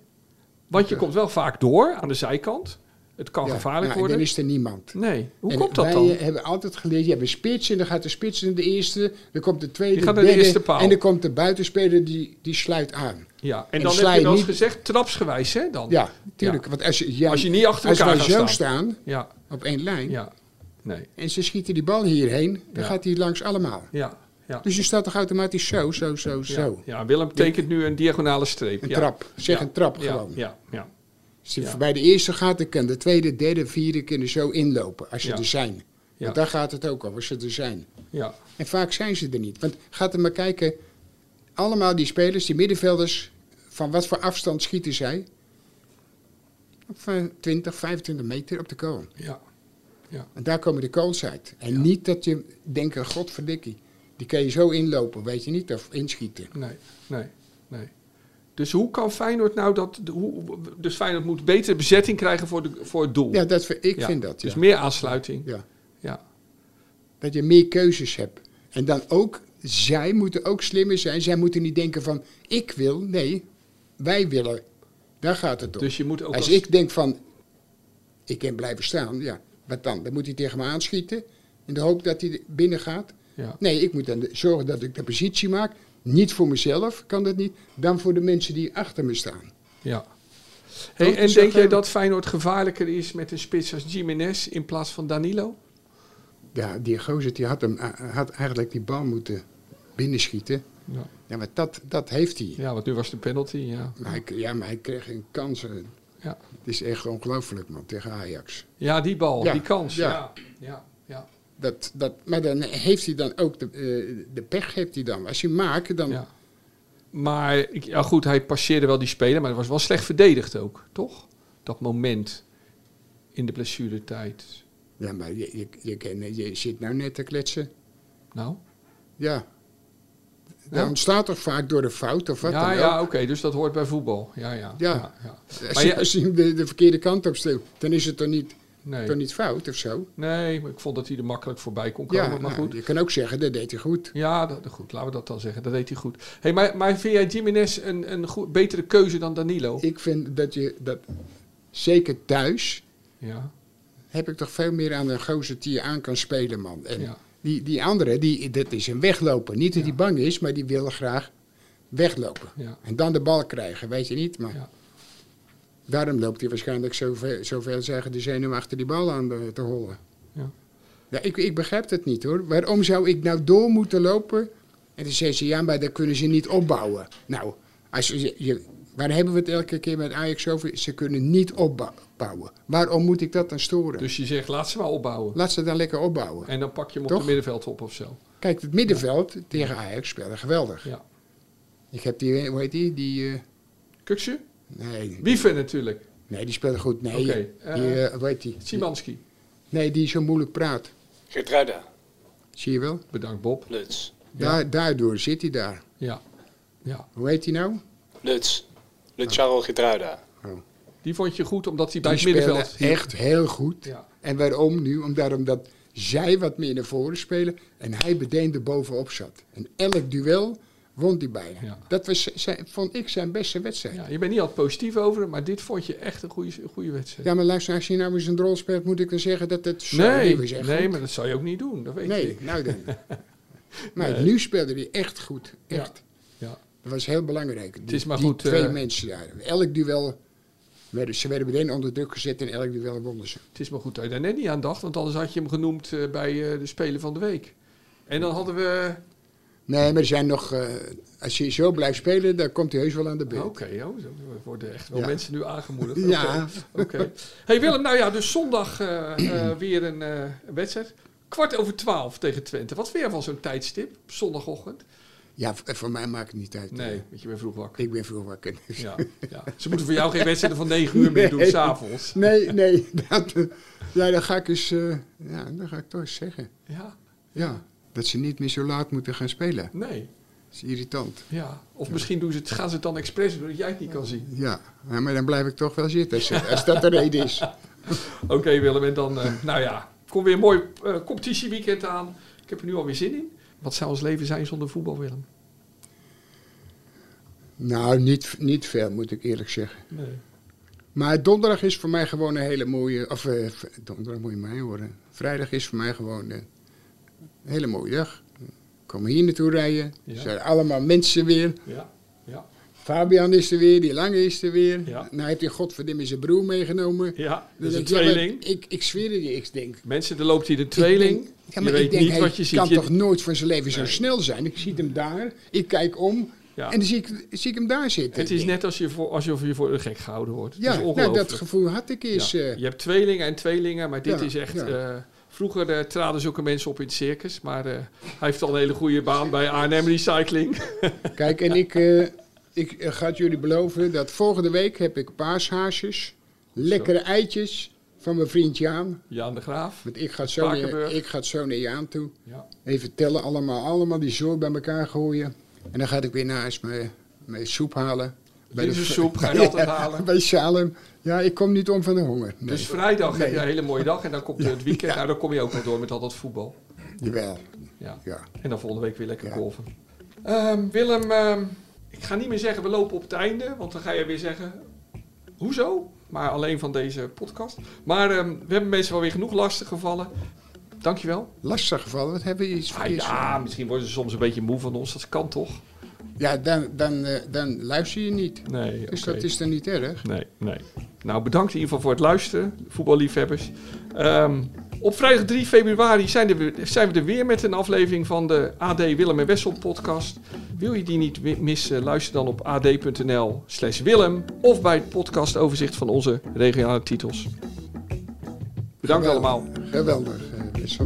Speaker 4: Want je komt wel vaak door aan de zijkant. Het kan
Speaker 2: Ja,
Speaker 4: gevaarlijk
Speaker 2: nou,
Speaker 4: worden.
Speaker 2: Dan is er niemand.
Speaker 4: Nee. Hoe
Speaker 2: En
Speaker 4: komt dat
Speaker 2: wij eh,
Speaker 4: dan?
Speaker 2: hebben altijd geleerd, je hebt een spits en dan gaat de spits in de eerste, dan komt de tweede,
Speaker 4: Die gaat naar de
Speaker 2: derde,
Speaker 4: eerste paal.
Speaker 2: en dan komt de buitenspeler die, die sluit aan.
Speaker 4: Ja. En,
Speaker 2: en
Speaker 4: dan
Speaker 2: sla
Speaker 4: heb je
Speaker 2: je
Speaker 4: wel eens
Speaker 2: niet-
Speaker 4: gezegd, trapsgewijs, hè? Dan.
Speaker 2: Ja, tuurlijk. Want als je, ja,
Speaker 4: Als je niet achter
Speaker 2: als
Speaker 4: elkaar
Speaker 2: wij
Speaker 4: gaat
Speaker 2: zo
Speaker 4: staan.
Speaker 2: staan,
Speaker 4: Ja.
Speaker 2: op één lijn,
Speaker 4: Ja. Nee.
Speaker 2: en ze schieten die bal hierheen, dan
Speaker 4: Ja.
Speaker 2: gaat die langs allemaal.
Speaker 4: Ja. Ja.
Speaker 2: Dus je staat toch automatisch zo, zo, zo,
Speaker 4: Ja.
Speaker 2: zo.
Speaker 4: ja. Willem tekent nu een diagonale streep.
Speaker 2: Een
Speaker 4: ja.
Speaker 2: trap. Zeg
Speaker 4: Ja.
Speaker 2: een trap
Speaker 4: Ja.
Speaker 2: gewoon.
Speaker 4: Ja. Ja.
Speaker 2: Als je
Speaker 4: Ja.
Speaker 2: bij de eerste gaat, dan kan de tweede, derde, vierde kunnen zo inlopen, als ze
Speaker 4: Ja.
Speaker 2: er zijn.
Speaker 4: Ja.
Speaker 2: Want daar gaat het ook over, als ze er zijn.
Speaker 4: ja.
Speaker 2: En vaak zijn ze er niet. Want gaat er maar kijken, allemaal die spelers, die middenvelders, van wat voor afstand schieten zij? Op eh, 20, 25 meter op de kool.
Speaker 4: Ja,
Speaker 2: En daar komen de kools uit. En niet dat je denkt, godverdikkie, die kan je zo inlopen, weet je niet, of inschieten.
Speaker 4: nee, nee, nee. Dus hoe kan Feyenoord nou dat... de- Hoe, dus Feyenoord moet betere bezetting krijgen voor, de, voor het doel.
Speaker 2: Ja, dat, vind- ik
Speaker 4: Ja,
Speaker 2: vind dat.
Speaker 4: Dus
Speaker 2: ja.
Speaker 4: meer aansluiting. Ja.
Speaker 2: Ja. Dat je meer keuzes hebt. En dan ook, zij moeten ook slimmer zijn. Zij moeten niet denken van, ik wil. Nee, wij willen. Daar gaat het om.
Speaker 4: Dus je moet ook
Speaker 2: Als
Speaker 4: als-
Speaker 2: ik denk van, ik kan blijven staan, ja, wat dan? Dan moet hij tegen me aanschieten in de hoop dat hij er binnen gaat.
Speaker 4: Ja.
Speaker 2: Nee, ik moet dan zorgen dat ik de positie maak. Niet voor mezelf, kan dat niet. Dan voor de mensen die achter me staan.
Speaker 4: ja. Hey,
Speaker 2: Toch?
Speaker 4: en
Speaker 2: Zo
Speaker 4: denk
Speaker 2: gaan
Speaker 4: jij
Speaker 2: we.
Speaker 4: dat Feyenoord gevaarlijker is met een spits als Jiménez in plaats van Danilo?
Speaker 2: Ja, die gozer die had, hem, eh, had eigenlijk die bal moeten binnenschieten.
Speaker 4: Ja,
Speaker 2: Ja, maar dat, dat heeft hij.
Speaker 4: ja want nu was de penalty, ja.
Speaker 2: Maar hij, ja, maar hij kreeg een kans. eh,
Speaker 4: Ja,
Speaker 2: Het is echt ongelooflijk, man, tegen Ajax.
Speaker 4: ja die bal,
Speaker 2: Ja,
Speaker 4: die kans.
Speaker 2: ja.
Speaker 4: Ja, ja, ja.
Speaker 2: Dat, dat, maar dan heeft hij dan ook de, eh, de pech. Heeft hij dan. Als je maakt, dan.
Speaker 4: ja. Maar ik- ja, goed, hij passeerde wel die speler, maar het was wel slecht verdedigd ook, toch? Dat moment in de blessuretijd.
Speaker 2: Ja, maar je, je, je, ken- je zit nou net te kletsen.
Speaker 4: Nou?
Speaker 2: Ja.
Speaker 4: Ja.
Speaker 2: Dat ontstaat toch vaak door de fout of wat
Speaker 4: ja,
Speaker 2: dan
Speaker 4: ja,
Speaker 2: ook?
Speaker 4: oké, dus dat hoort bij voetbal. Ja, ja.
Speaker 2: Ja. Als
Speaker 4: Maar
Speaker 2: je,
Speaker 4: je-
Speaker 2: als je hem de, de verkeerde kant op steekt, dan is het toch niet, toch
Speaker 4: nee.
Speaker 2: niet fout of zo?
Speaker 4: nee, maar ik vond dat hij er makkelijk voorbij kon komen,
Speaker 2: Ja,
Speaker 4: maar
Speaker 2: nou,
Speaker 4: goed.
Speaker 2: je kan ook zeggen, dat deed hij goed.
Speaker 4: Ja, dat, goed, laten we dat dan zeggen. Dat deed hij goed. Hey, maar, maar vind jij Jiménez een, een goe- betere keuze dan Danilo?
Speaker 2: Ik vind dat je dat, zeker thuis,
Speaker 4: Ja,
Speaker 2: heb ik toch veel meer aan een gozer die je aan kan spelen, man. En
Speaker 4: Ja.
Speaker 2: die, die andere, die, dat is een wegloper. Niet dat hij bang is, maar die wil graag weglopen.
Speaker 4: Ja.
Speaker 2: En dan de bal krijgen, weet je niet. Maar
Speaker 4: Ja.
Speaker 2: daarom loopt hij waarschijnlijk zoveel, zoveel zeggen de zenuw achter die bal aan eh, te hollen.
Speaker 4: ja.
Speaker 2: Ja, ik, ik begrijp dat niet hoor. Waarom zou ik nou door moeten lopen? En dan zei ze, ja, maar daar kunnen ze niet opbouwen. Nou, als je, je- waar hebben we het elke keer met Ajax over? Ze kunnen niet opbouwen. Waarom moet ik dat dan storen?
Speaker 4: Dus je zegt, laat ze maar opbouwen.
Speaker 2: Laat ze dan lekker opbouwen.
Speaker 4: En dan pak je hem op
Speaker 2: Toch?
Speaker 4: het middenveld op of zo.
Speaker 2: Kijk, het middenveld tegen Ajax speelde geweldig.
Speaker 4: Ja.
Speaker 2: Ik heb die, hoe heet die? die eh,
Speaker 4: Kuksje?
Speaker 2: nee,
Speaker 4: Wieven natuurlijk.
Speaker 2: nee, die speelde goed. Nee,
Speaker 4: Oké,
Speaker 2: die,
Speaker 4: eh,
Speaker 2: eh, hoe heet die?
Speaker 4: Simanski.
Speaker 2: Nee, die zo moeilijk praat.
Speaker 7: Geertruida,
Speaker 2: Zie je wel?
Speaker 4: Bedankt Bob.
Speaker 7: Lutz,
Speaker 2: Daar, daardoor zit hij daar.
Speaker 4: Ja. ja.
Speaker 2: Hoe heet hij nou?
Speaker 7: Lutz, Luciano Geertruida.
Speaker 4: Die vond je goed omdat hij bij
Speaker 2: Die
Speaker 4: het
Speaker 2: spelen
Speaker 4: middenveld...
Speaker 2: echt heel goed.
Speaker 4: Ja.
Speaker 2: En waarom nu? Omdat, omdat zij wat meer naar voren spelen en hij meteen er bovenop zat. En elk duel won hij bijna.
Speaker 4: Ja.
Speaker 2: Dat was, zijn, vond ik zijn beste wedstrijd.
Speaker 4: Ja,
Speaker 2: Ja.
Speaker 4: je bent niet altijd positief over hem, maar dit vond je echt een goede, goede wedstrijd.
Speaker 2: maar luister, als je nou eens een rol speelt, moet ik dan zeggen dat het zo
Speaker 4: nee,
Speaker 2: is echt
Speaker 4: nee
Speaker 2: goed.
Speaker 4: maar dat zou je ook niet doen. Dat weet
Speaker 2: Nee,
Speaker 4: ik.
Speaker 2: nou dan. Maar nu speelde hij echt goed. Echt.
Speaker 4: Ja.
Speaker 2: Dat was heel belangrijk. Die,
Speaker 4: Het is maar
Speaker 2: die
Speaker 4: goed,
Speaker 2: twee
Speaker 4: eh,
Speaker 2: mensen daar. Elk duel, werden, ze werden meteen onder druk gezet en elk duel wonnen ze.
Speaker 4: Het is maar goed dat je daar net niet aan dacht, want anders had je hem genoemd eh, bij eh, de Spelen van de Week. En dan hadden we...
Speaker 2: Nee, maar er zijn nog. eh, als je zo blijft spelen, dan komt hij heus wel aan de beurt.
Speaker 4: Oké, joh, zo worden echt wel
Speaker 2: Ja.
Speaker 4: mensen nu aangemoedigd.
Speaker 2: Ja.
Speaker 4: Oké. Oké. hey Willem, nou ja, dus zondag eh, eh, weer een eh, een wedstrijd. Kwart over twaalf tegen Twente. Wat vind jij van zo'n tijdstip op zondagochtend?
Speaker 2: Ja, v- eh, voor mij maakt het niet uit. eh.
Speaker 4: Nee, want je bent vroeg wakker.
Speaker 2: Ik ben vroeg wakker.
Speaker 4: Ja, ja. Ze moeten voor jou geen wedstrijden van negen uur meer doen,
Speaker 2: Nee.
Speaker 4: s'avonds.
Speaker 2: Nee, nee. Dat, eh, ja, dan ga ik eens. eh, ja, dan ga ik toch eens zeggen.
Speaker 4: Ja,
Speaker 2: Ja. Dat ze niet meer zo laat moeten gaan spelen.
Speaker 4: nee.
Speaker 2: Dat is irritant.
Speaker 4: Ja. Of misschien doen ze het, gaan ze het dan expres doen, dat jij het niet kan zien.
Speaker 2: Ja, ja, maar dan blijf ik toch wel zitten als, als dat de reden is.
Speaker 4: Oké Willem, en dan, eh, nou ja, kom weer een mooi eh, competitieweekend aan. Ik heb er nu alweer zin in. Wat zou ons leven zijn zonder voetbal, Willem?
Speaker 2: Nou, niet, niet veel, moet ik eerlijk zeggen.
Speaker 4: Nee.
Speaker 2: Maar donderdag is voor mij gewoon een hele mooie. Of eh, v- donderdag moet je mij horen. Vrijdag is voor mij gewoon eh, een hele mooie dag. Komen hier naartoe rijden.
Speaker 4: Ja.
Speaker 2: Er zijn allemaal mensen weer.
Speaker 4: Ja, ja,
Speaker 2: Fabian is er weer, die Lange is er weer.
Speaker 4: Ja.
Speaker 2: Nou heeft hij godverdomme zijn broer meegenomen.
Speaker 4: ja.
Speaker 2: Dan
Speaker 4: Dat is Dus
Speaker 2: denk ik, ja,
Speaker 4: een
Speaker 2: maar
Speaker 4: tweeling.
Speaker 2: ik, ik zweer het je, ik denk. ik
Speaker 4: Mensen, er loopt hier een tweeling.
Speaker 2: denk- ja,
Speaker 4: je
Speaker 2: maar
Speaker 4: weet
Speaker 2: ik denk,
Speaker 4: niet
Speaker 2: hij
Speaker 4: wat je ziet.
Speaker 2: kan
Speaker 4: Je-
Speaker 2: toch nooit van zijn leven zo snel zijn? Ik zie hem daar, ik kijk om
Speaker 4: Ja.
Speaker 2: en dan zie ik, zie ik hem daar zitten.
Speaker 4: het is
Speaker 2: Ik denk,
Speaker 4: net als je voor, alsof je voor de gek gehouden wordt.
Speaker 2: Ja,
Speaker 4: dat is
Speaker 2: nou,
Speaker 4: ongelooflijk.
Speaker 2: dat gevoel had ik eens.
Speaker 4: Ja.
Speaker 2: eh,
Speaker 4: Je hebt tweelingen en tweelingen, maar dit
Speaker 2: Ja,
Speaker 4: is echt...
Speaker 2: ja.
Speaker 4: eh, vroeger eh, traden zulke mensen op in het circus, maar eh, hij heeft al een hele goede baan bij A&M Recycling.
Speaker 2: Kijk, en ik, eh, ik eh, ga het jullie beloven dat volgende week heb ik paashaasjes, lekkere eitjes van mijn vriend Jaan.
Speaker 4: Jaan de Graaf.
Speaker 2: Want ik ga zo, naar,
Speaker 4: Spakenburg.
Speaker 2: ik ga het zo naar Jaan toe.
Speaker 4: Ja.
Speaker 2: Even tellen, allemaal, allemaal die zooi bij elkaar gooien. En dan ga ik weer naar huis mijn, mijn soep halen.
Speaker 4: Linzensoep ga je altijd halen.
Speaker 2: Bij Salem. Ja, ik kom niet om van de honger. Nee,
Speaker 4: Dus vrijdag heb je
Speaker 2: Nee.
Speaker 4: een hele mooie dag en dan komt het weekend. Nou, dan kom je ook wel door met al dat voetbal.
Speaker 2: Jawel.
Speaker 4: Ja.
Speaker 2: Ja.
Speaker 4: En dan volgende week weer lekker
Speaker 2: Ja.
Speaker 4: golven. Ehm, Willem, ehm, ik ga niet meer zeggen we lopen op het einde, want dan ga je weer zeggen hoezo, maar alleen van deze podcast. Maar ehm, we hebben mensen wel weer genoeg lastig gevallen. Dankjewel.
Speaker 2: Lastig gevallen, wat hebben we iets
Speaker 4: Ah,
Speaker 2: verkeerds?
Speaker 4: ja, misschien worden ze soms een beetje moe van ons, dat kan toch?
Speaker 2: Ja, dan, dan, eh, dan luister je niet.
Speaker 4: Nee,
Speaker 2: Dus
Speaker 4: oké.
Speaker 2: dat is dan niet erg.
Speaker 4: Nee, nee. Nou, bedankt in ieder geval voor het luisteren, voetballiefhebbers. Ehm, op vrijdag 3 februari zijn, er weer- zijn we er weer met een aflevering van de AD Willem en Wessel podcast. Wil je die niet wi- missen, luister dan op ad.nl slash Willem of bij het podcastoverzicht van onze regionale titels. Bedankt
Speaker 2: Geweldig.
Speaker 4: allemaal.
Speaker 2: Geweldig, eh, Wessel.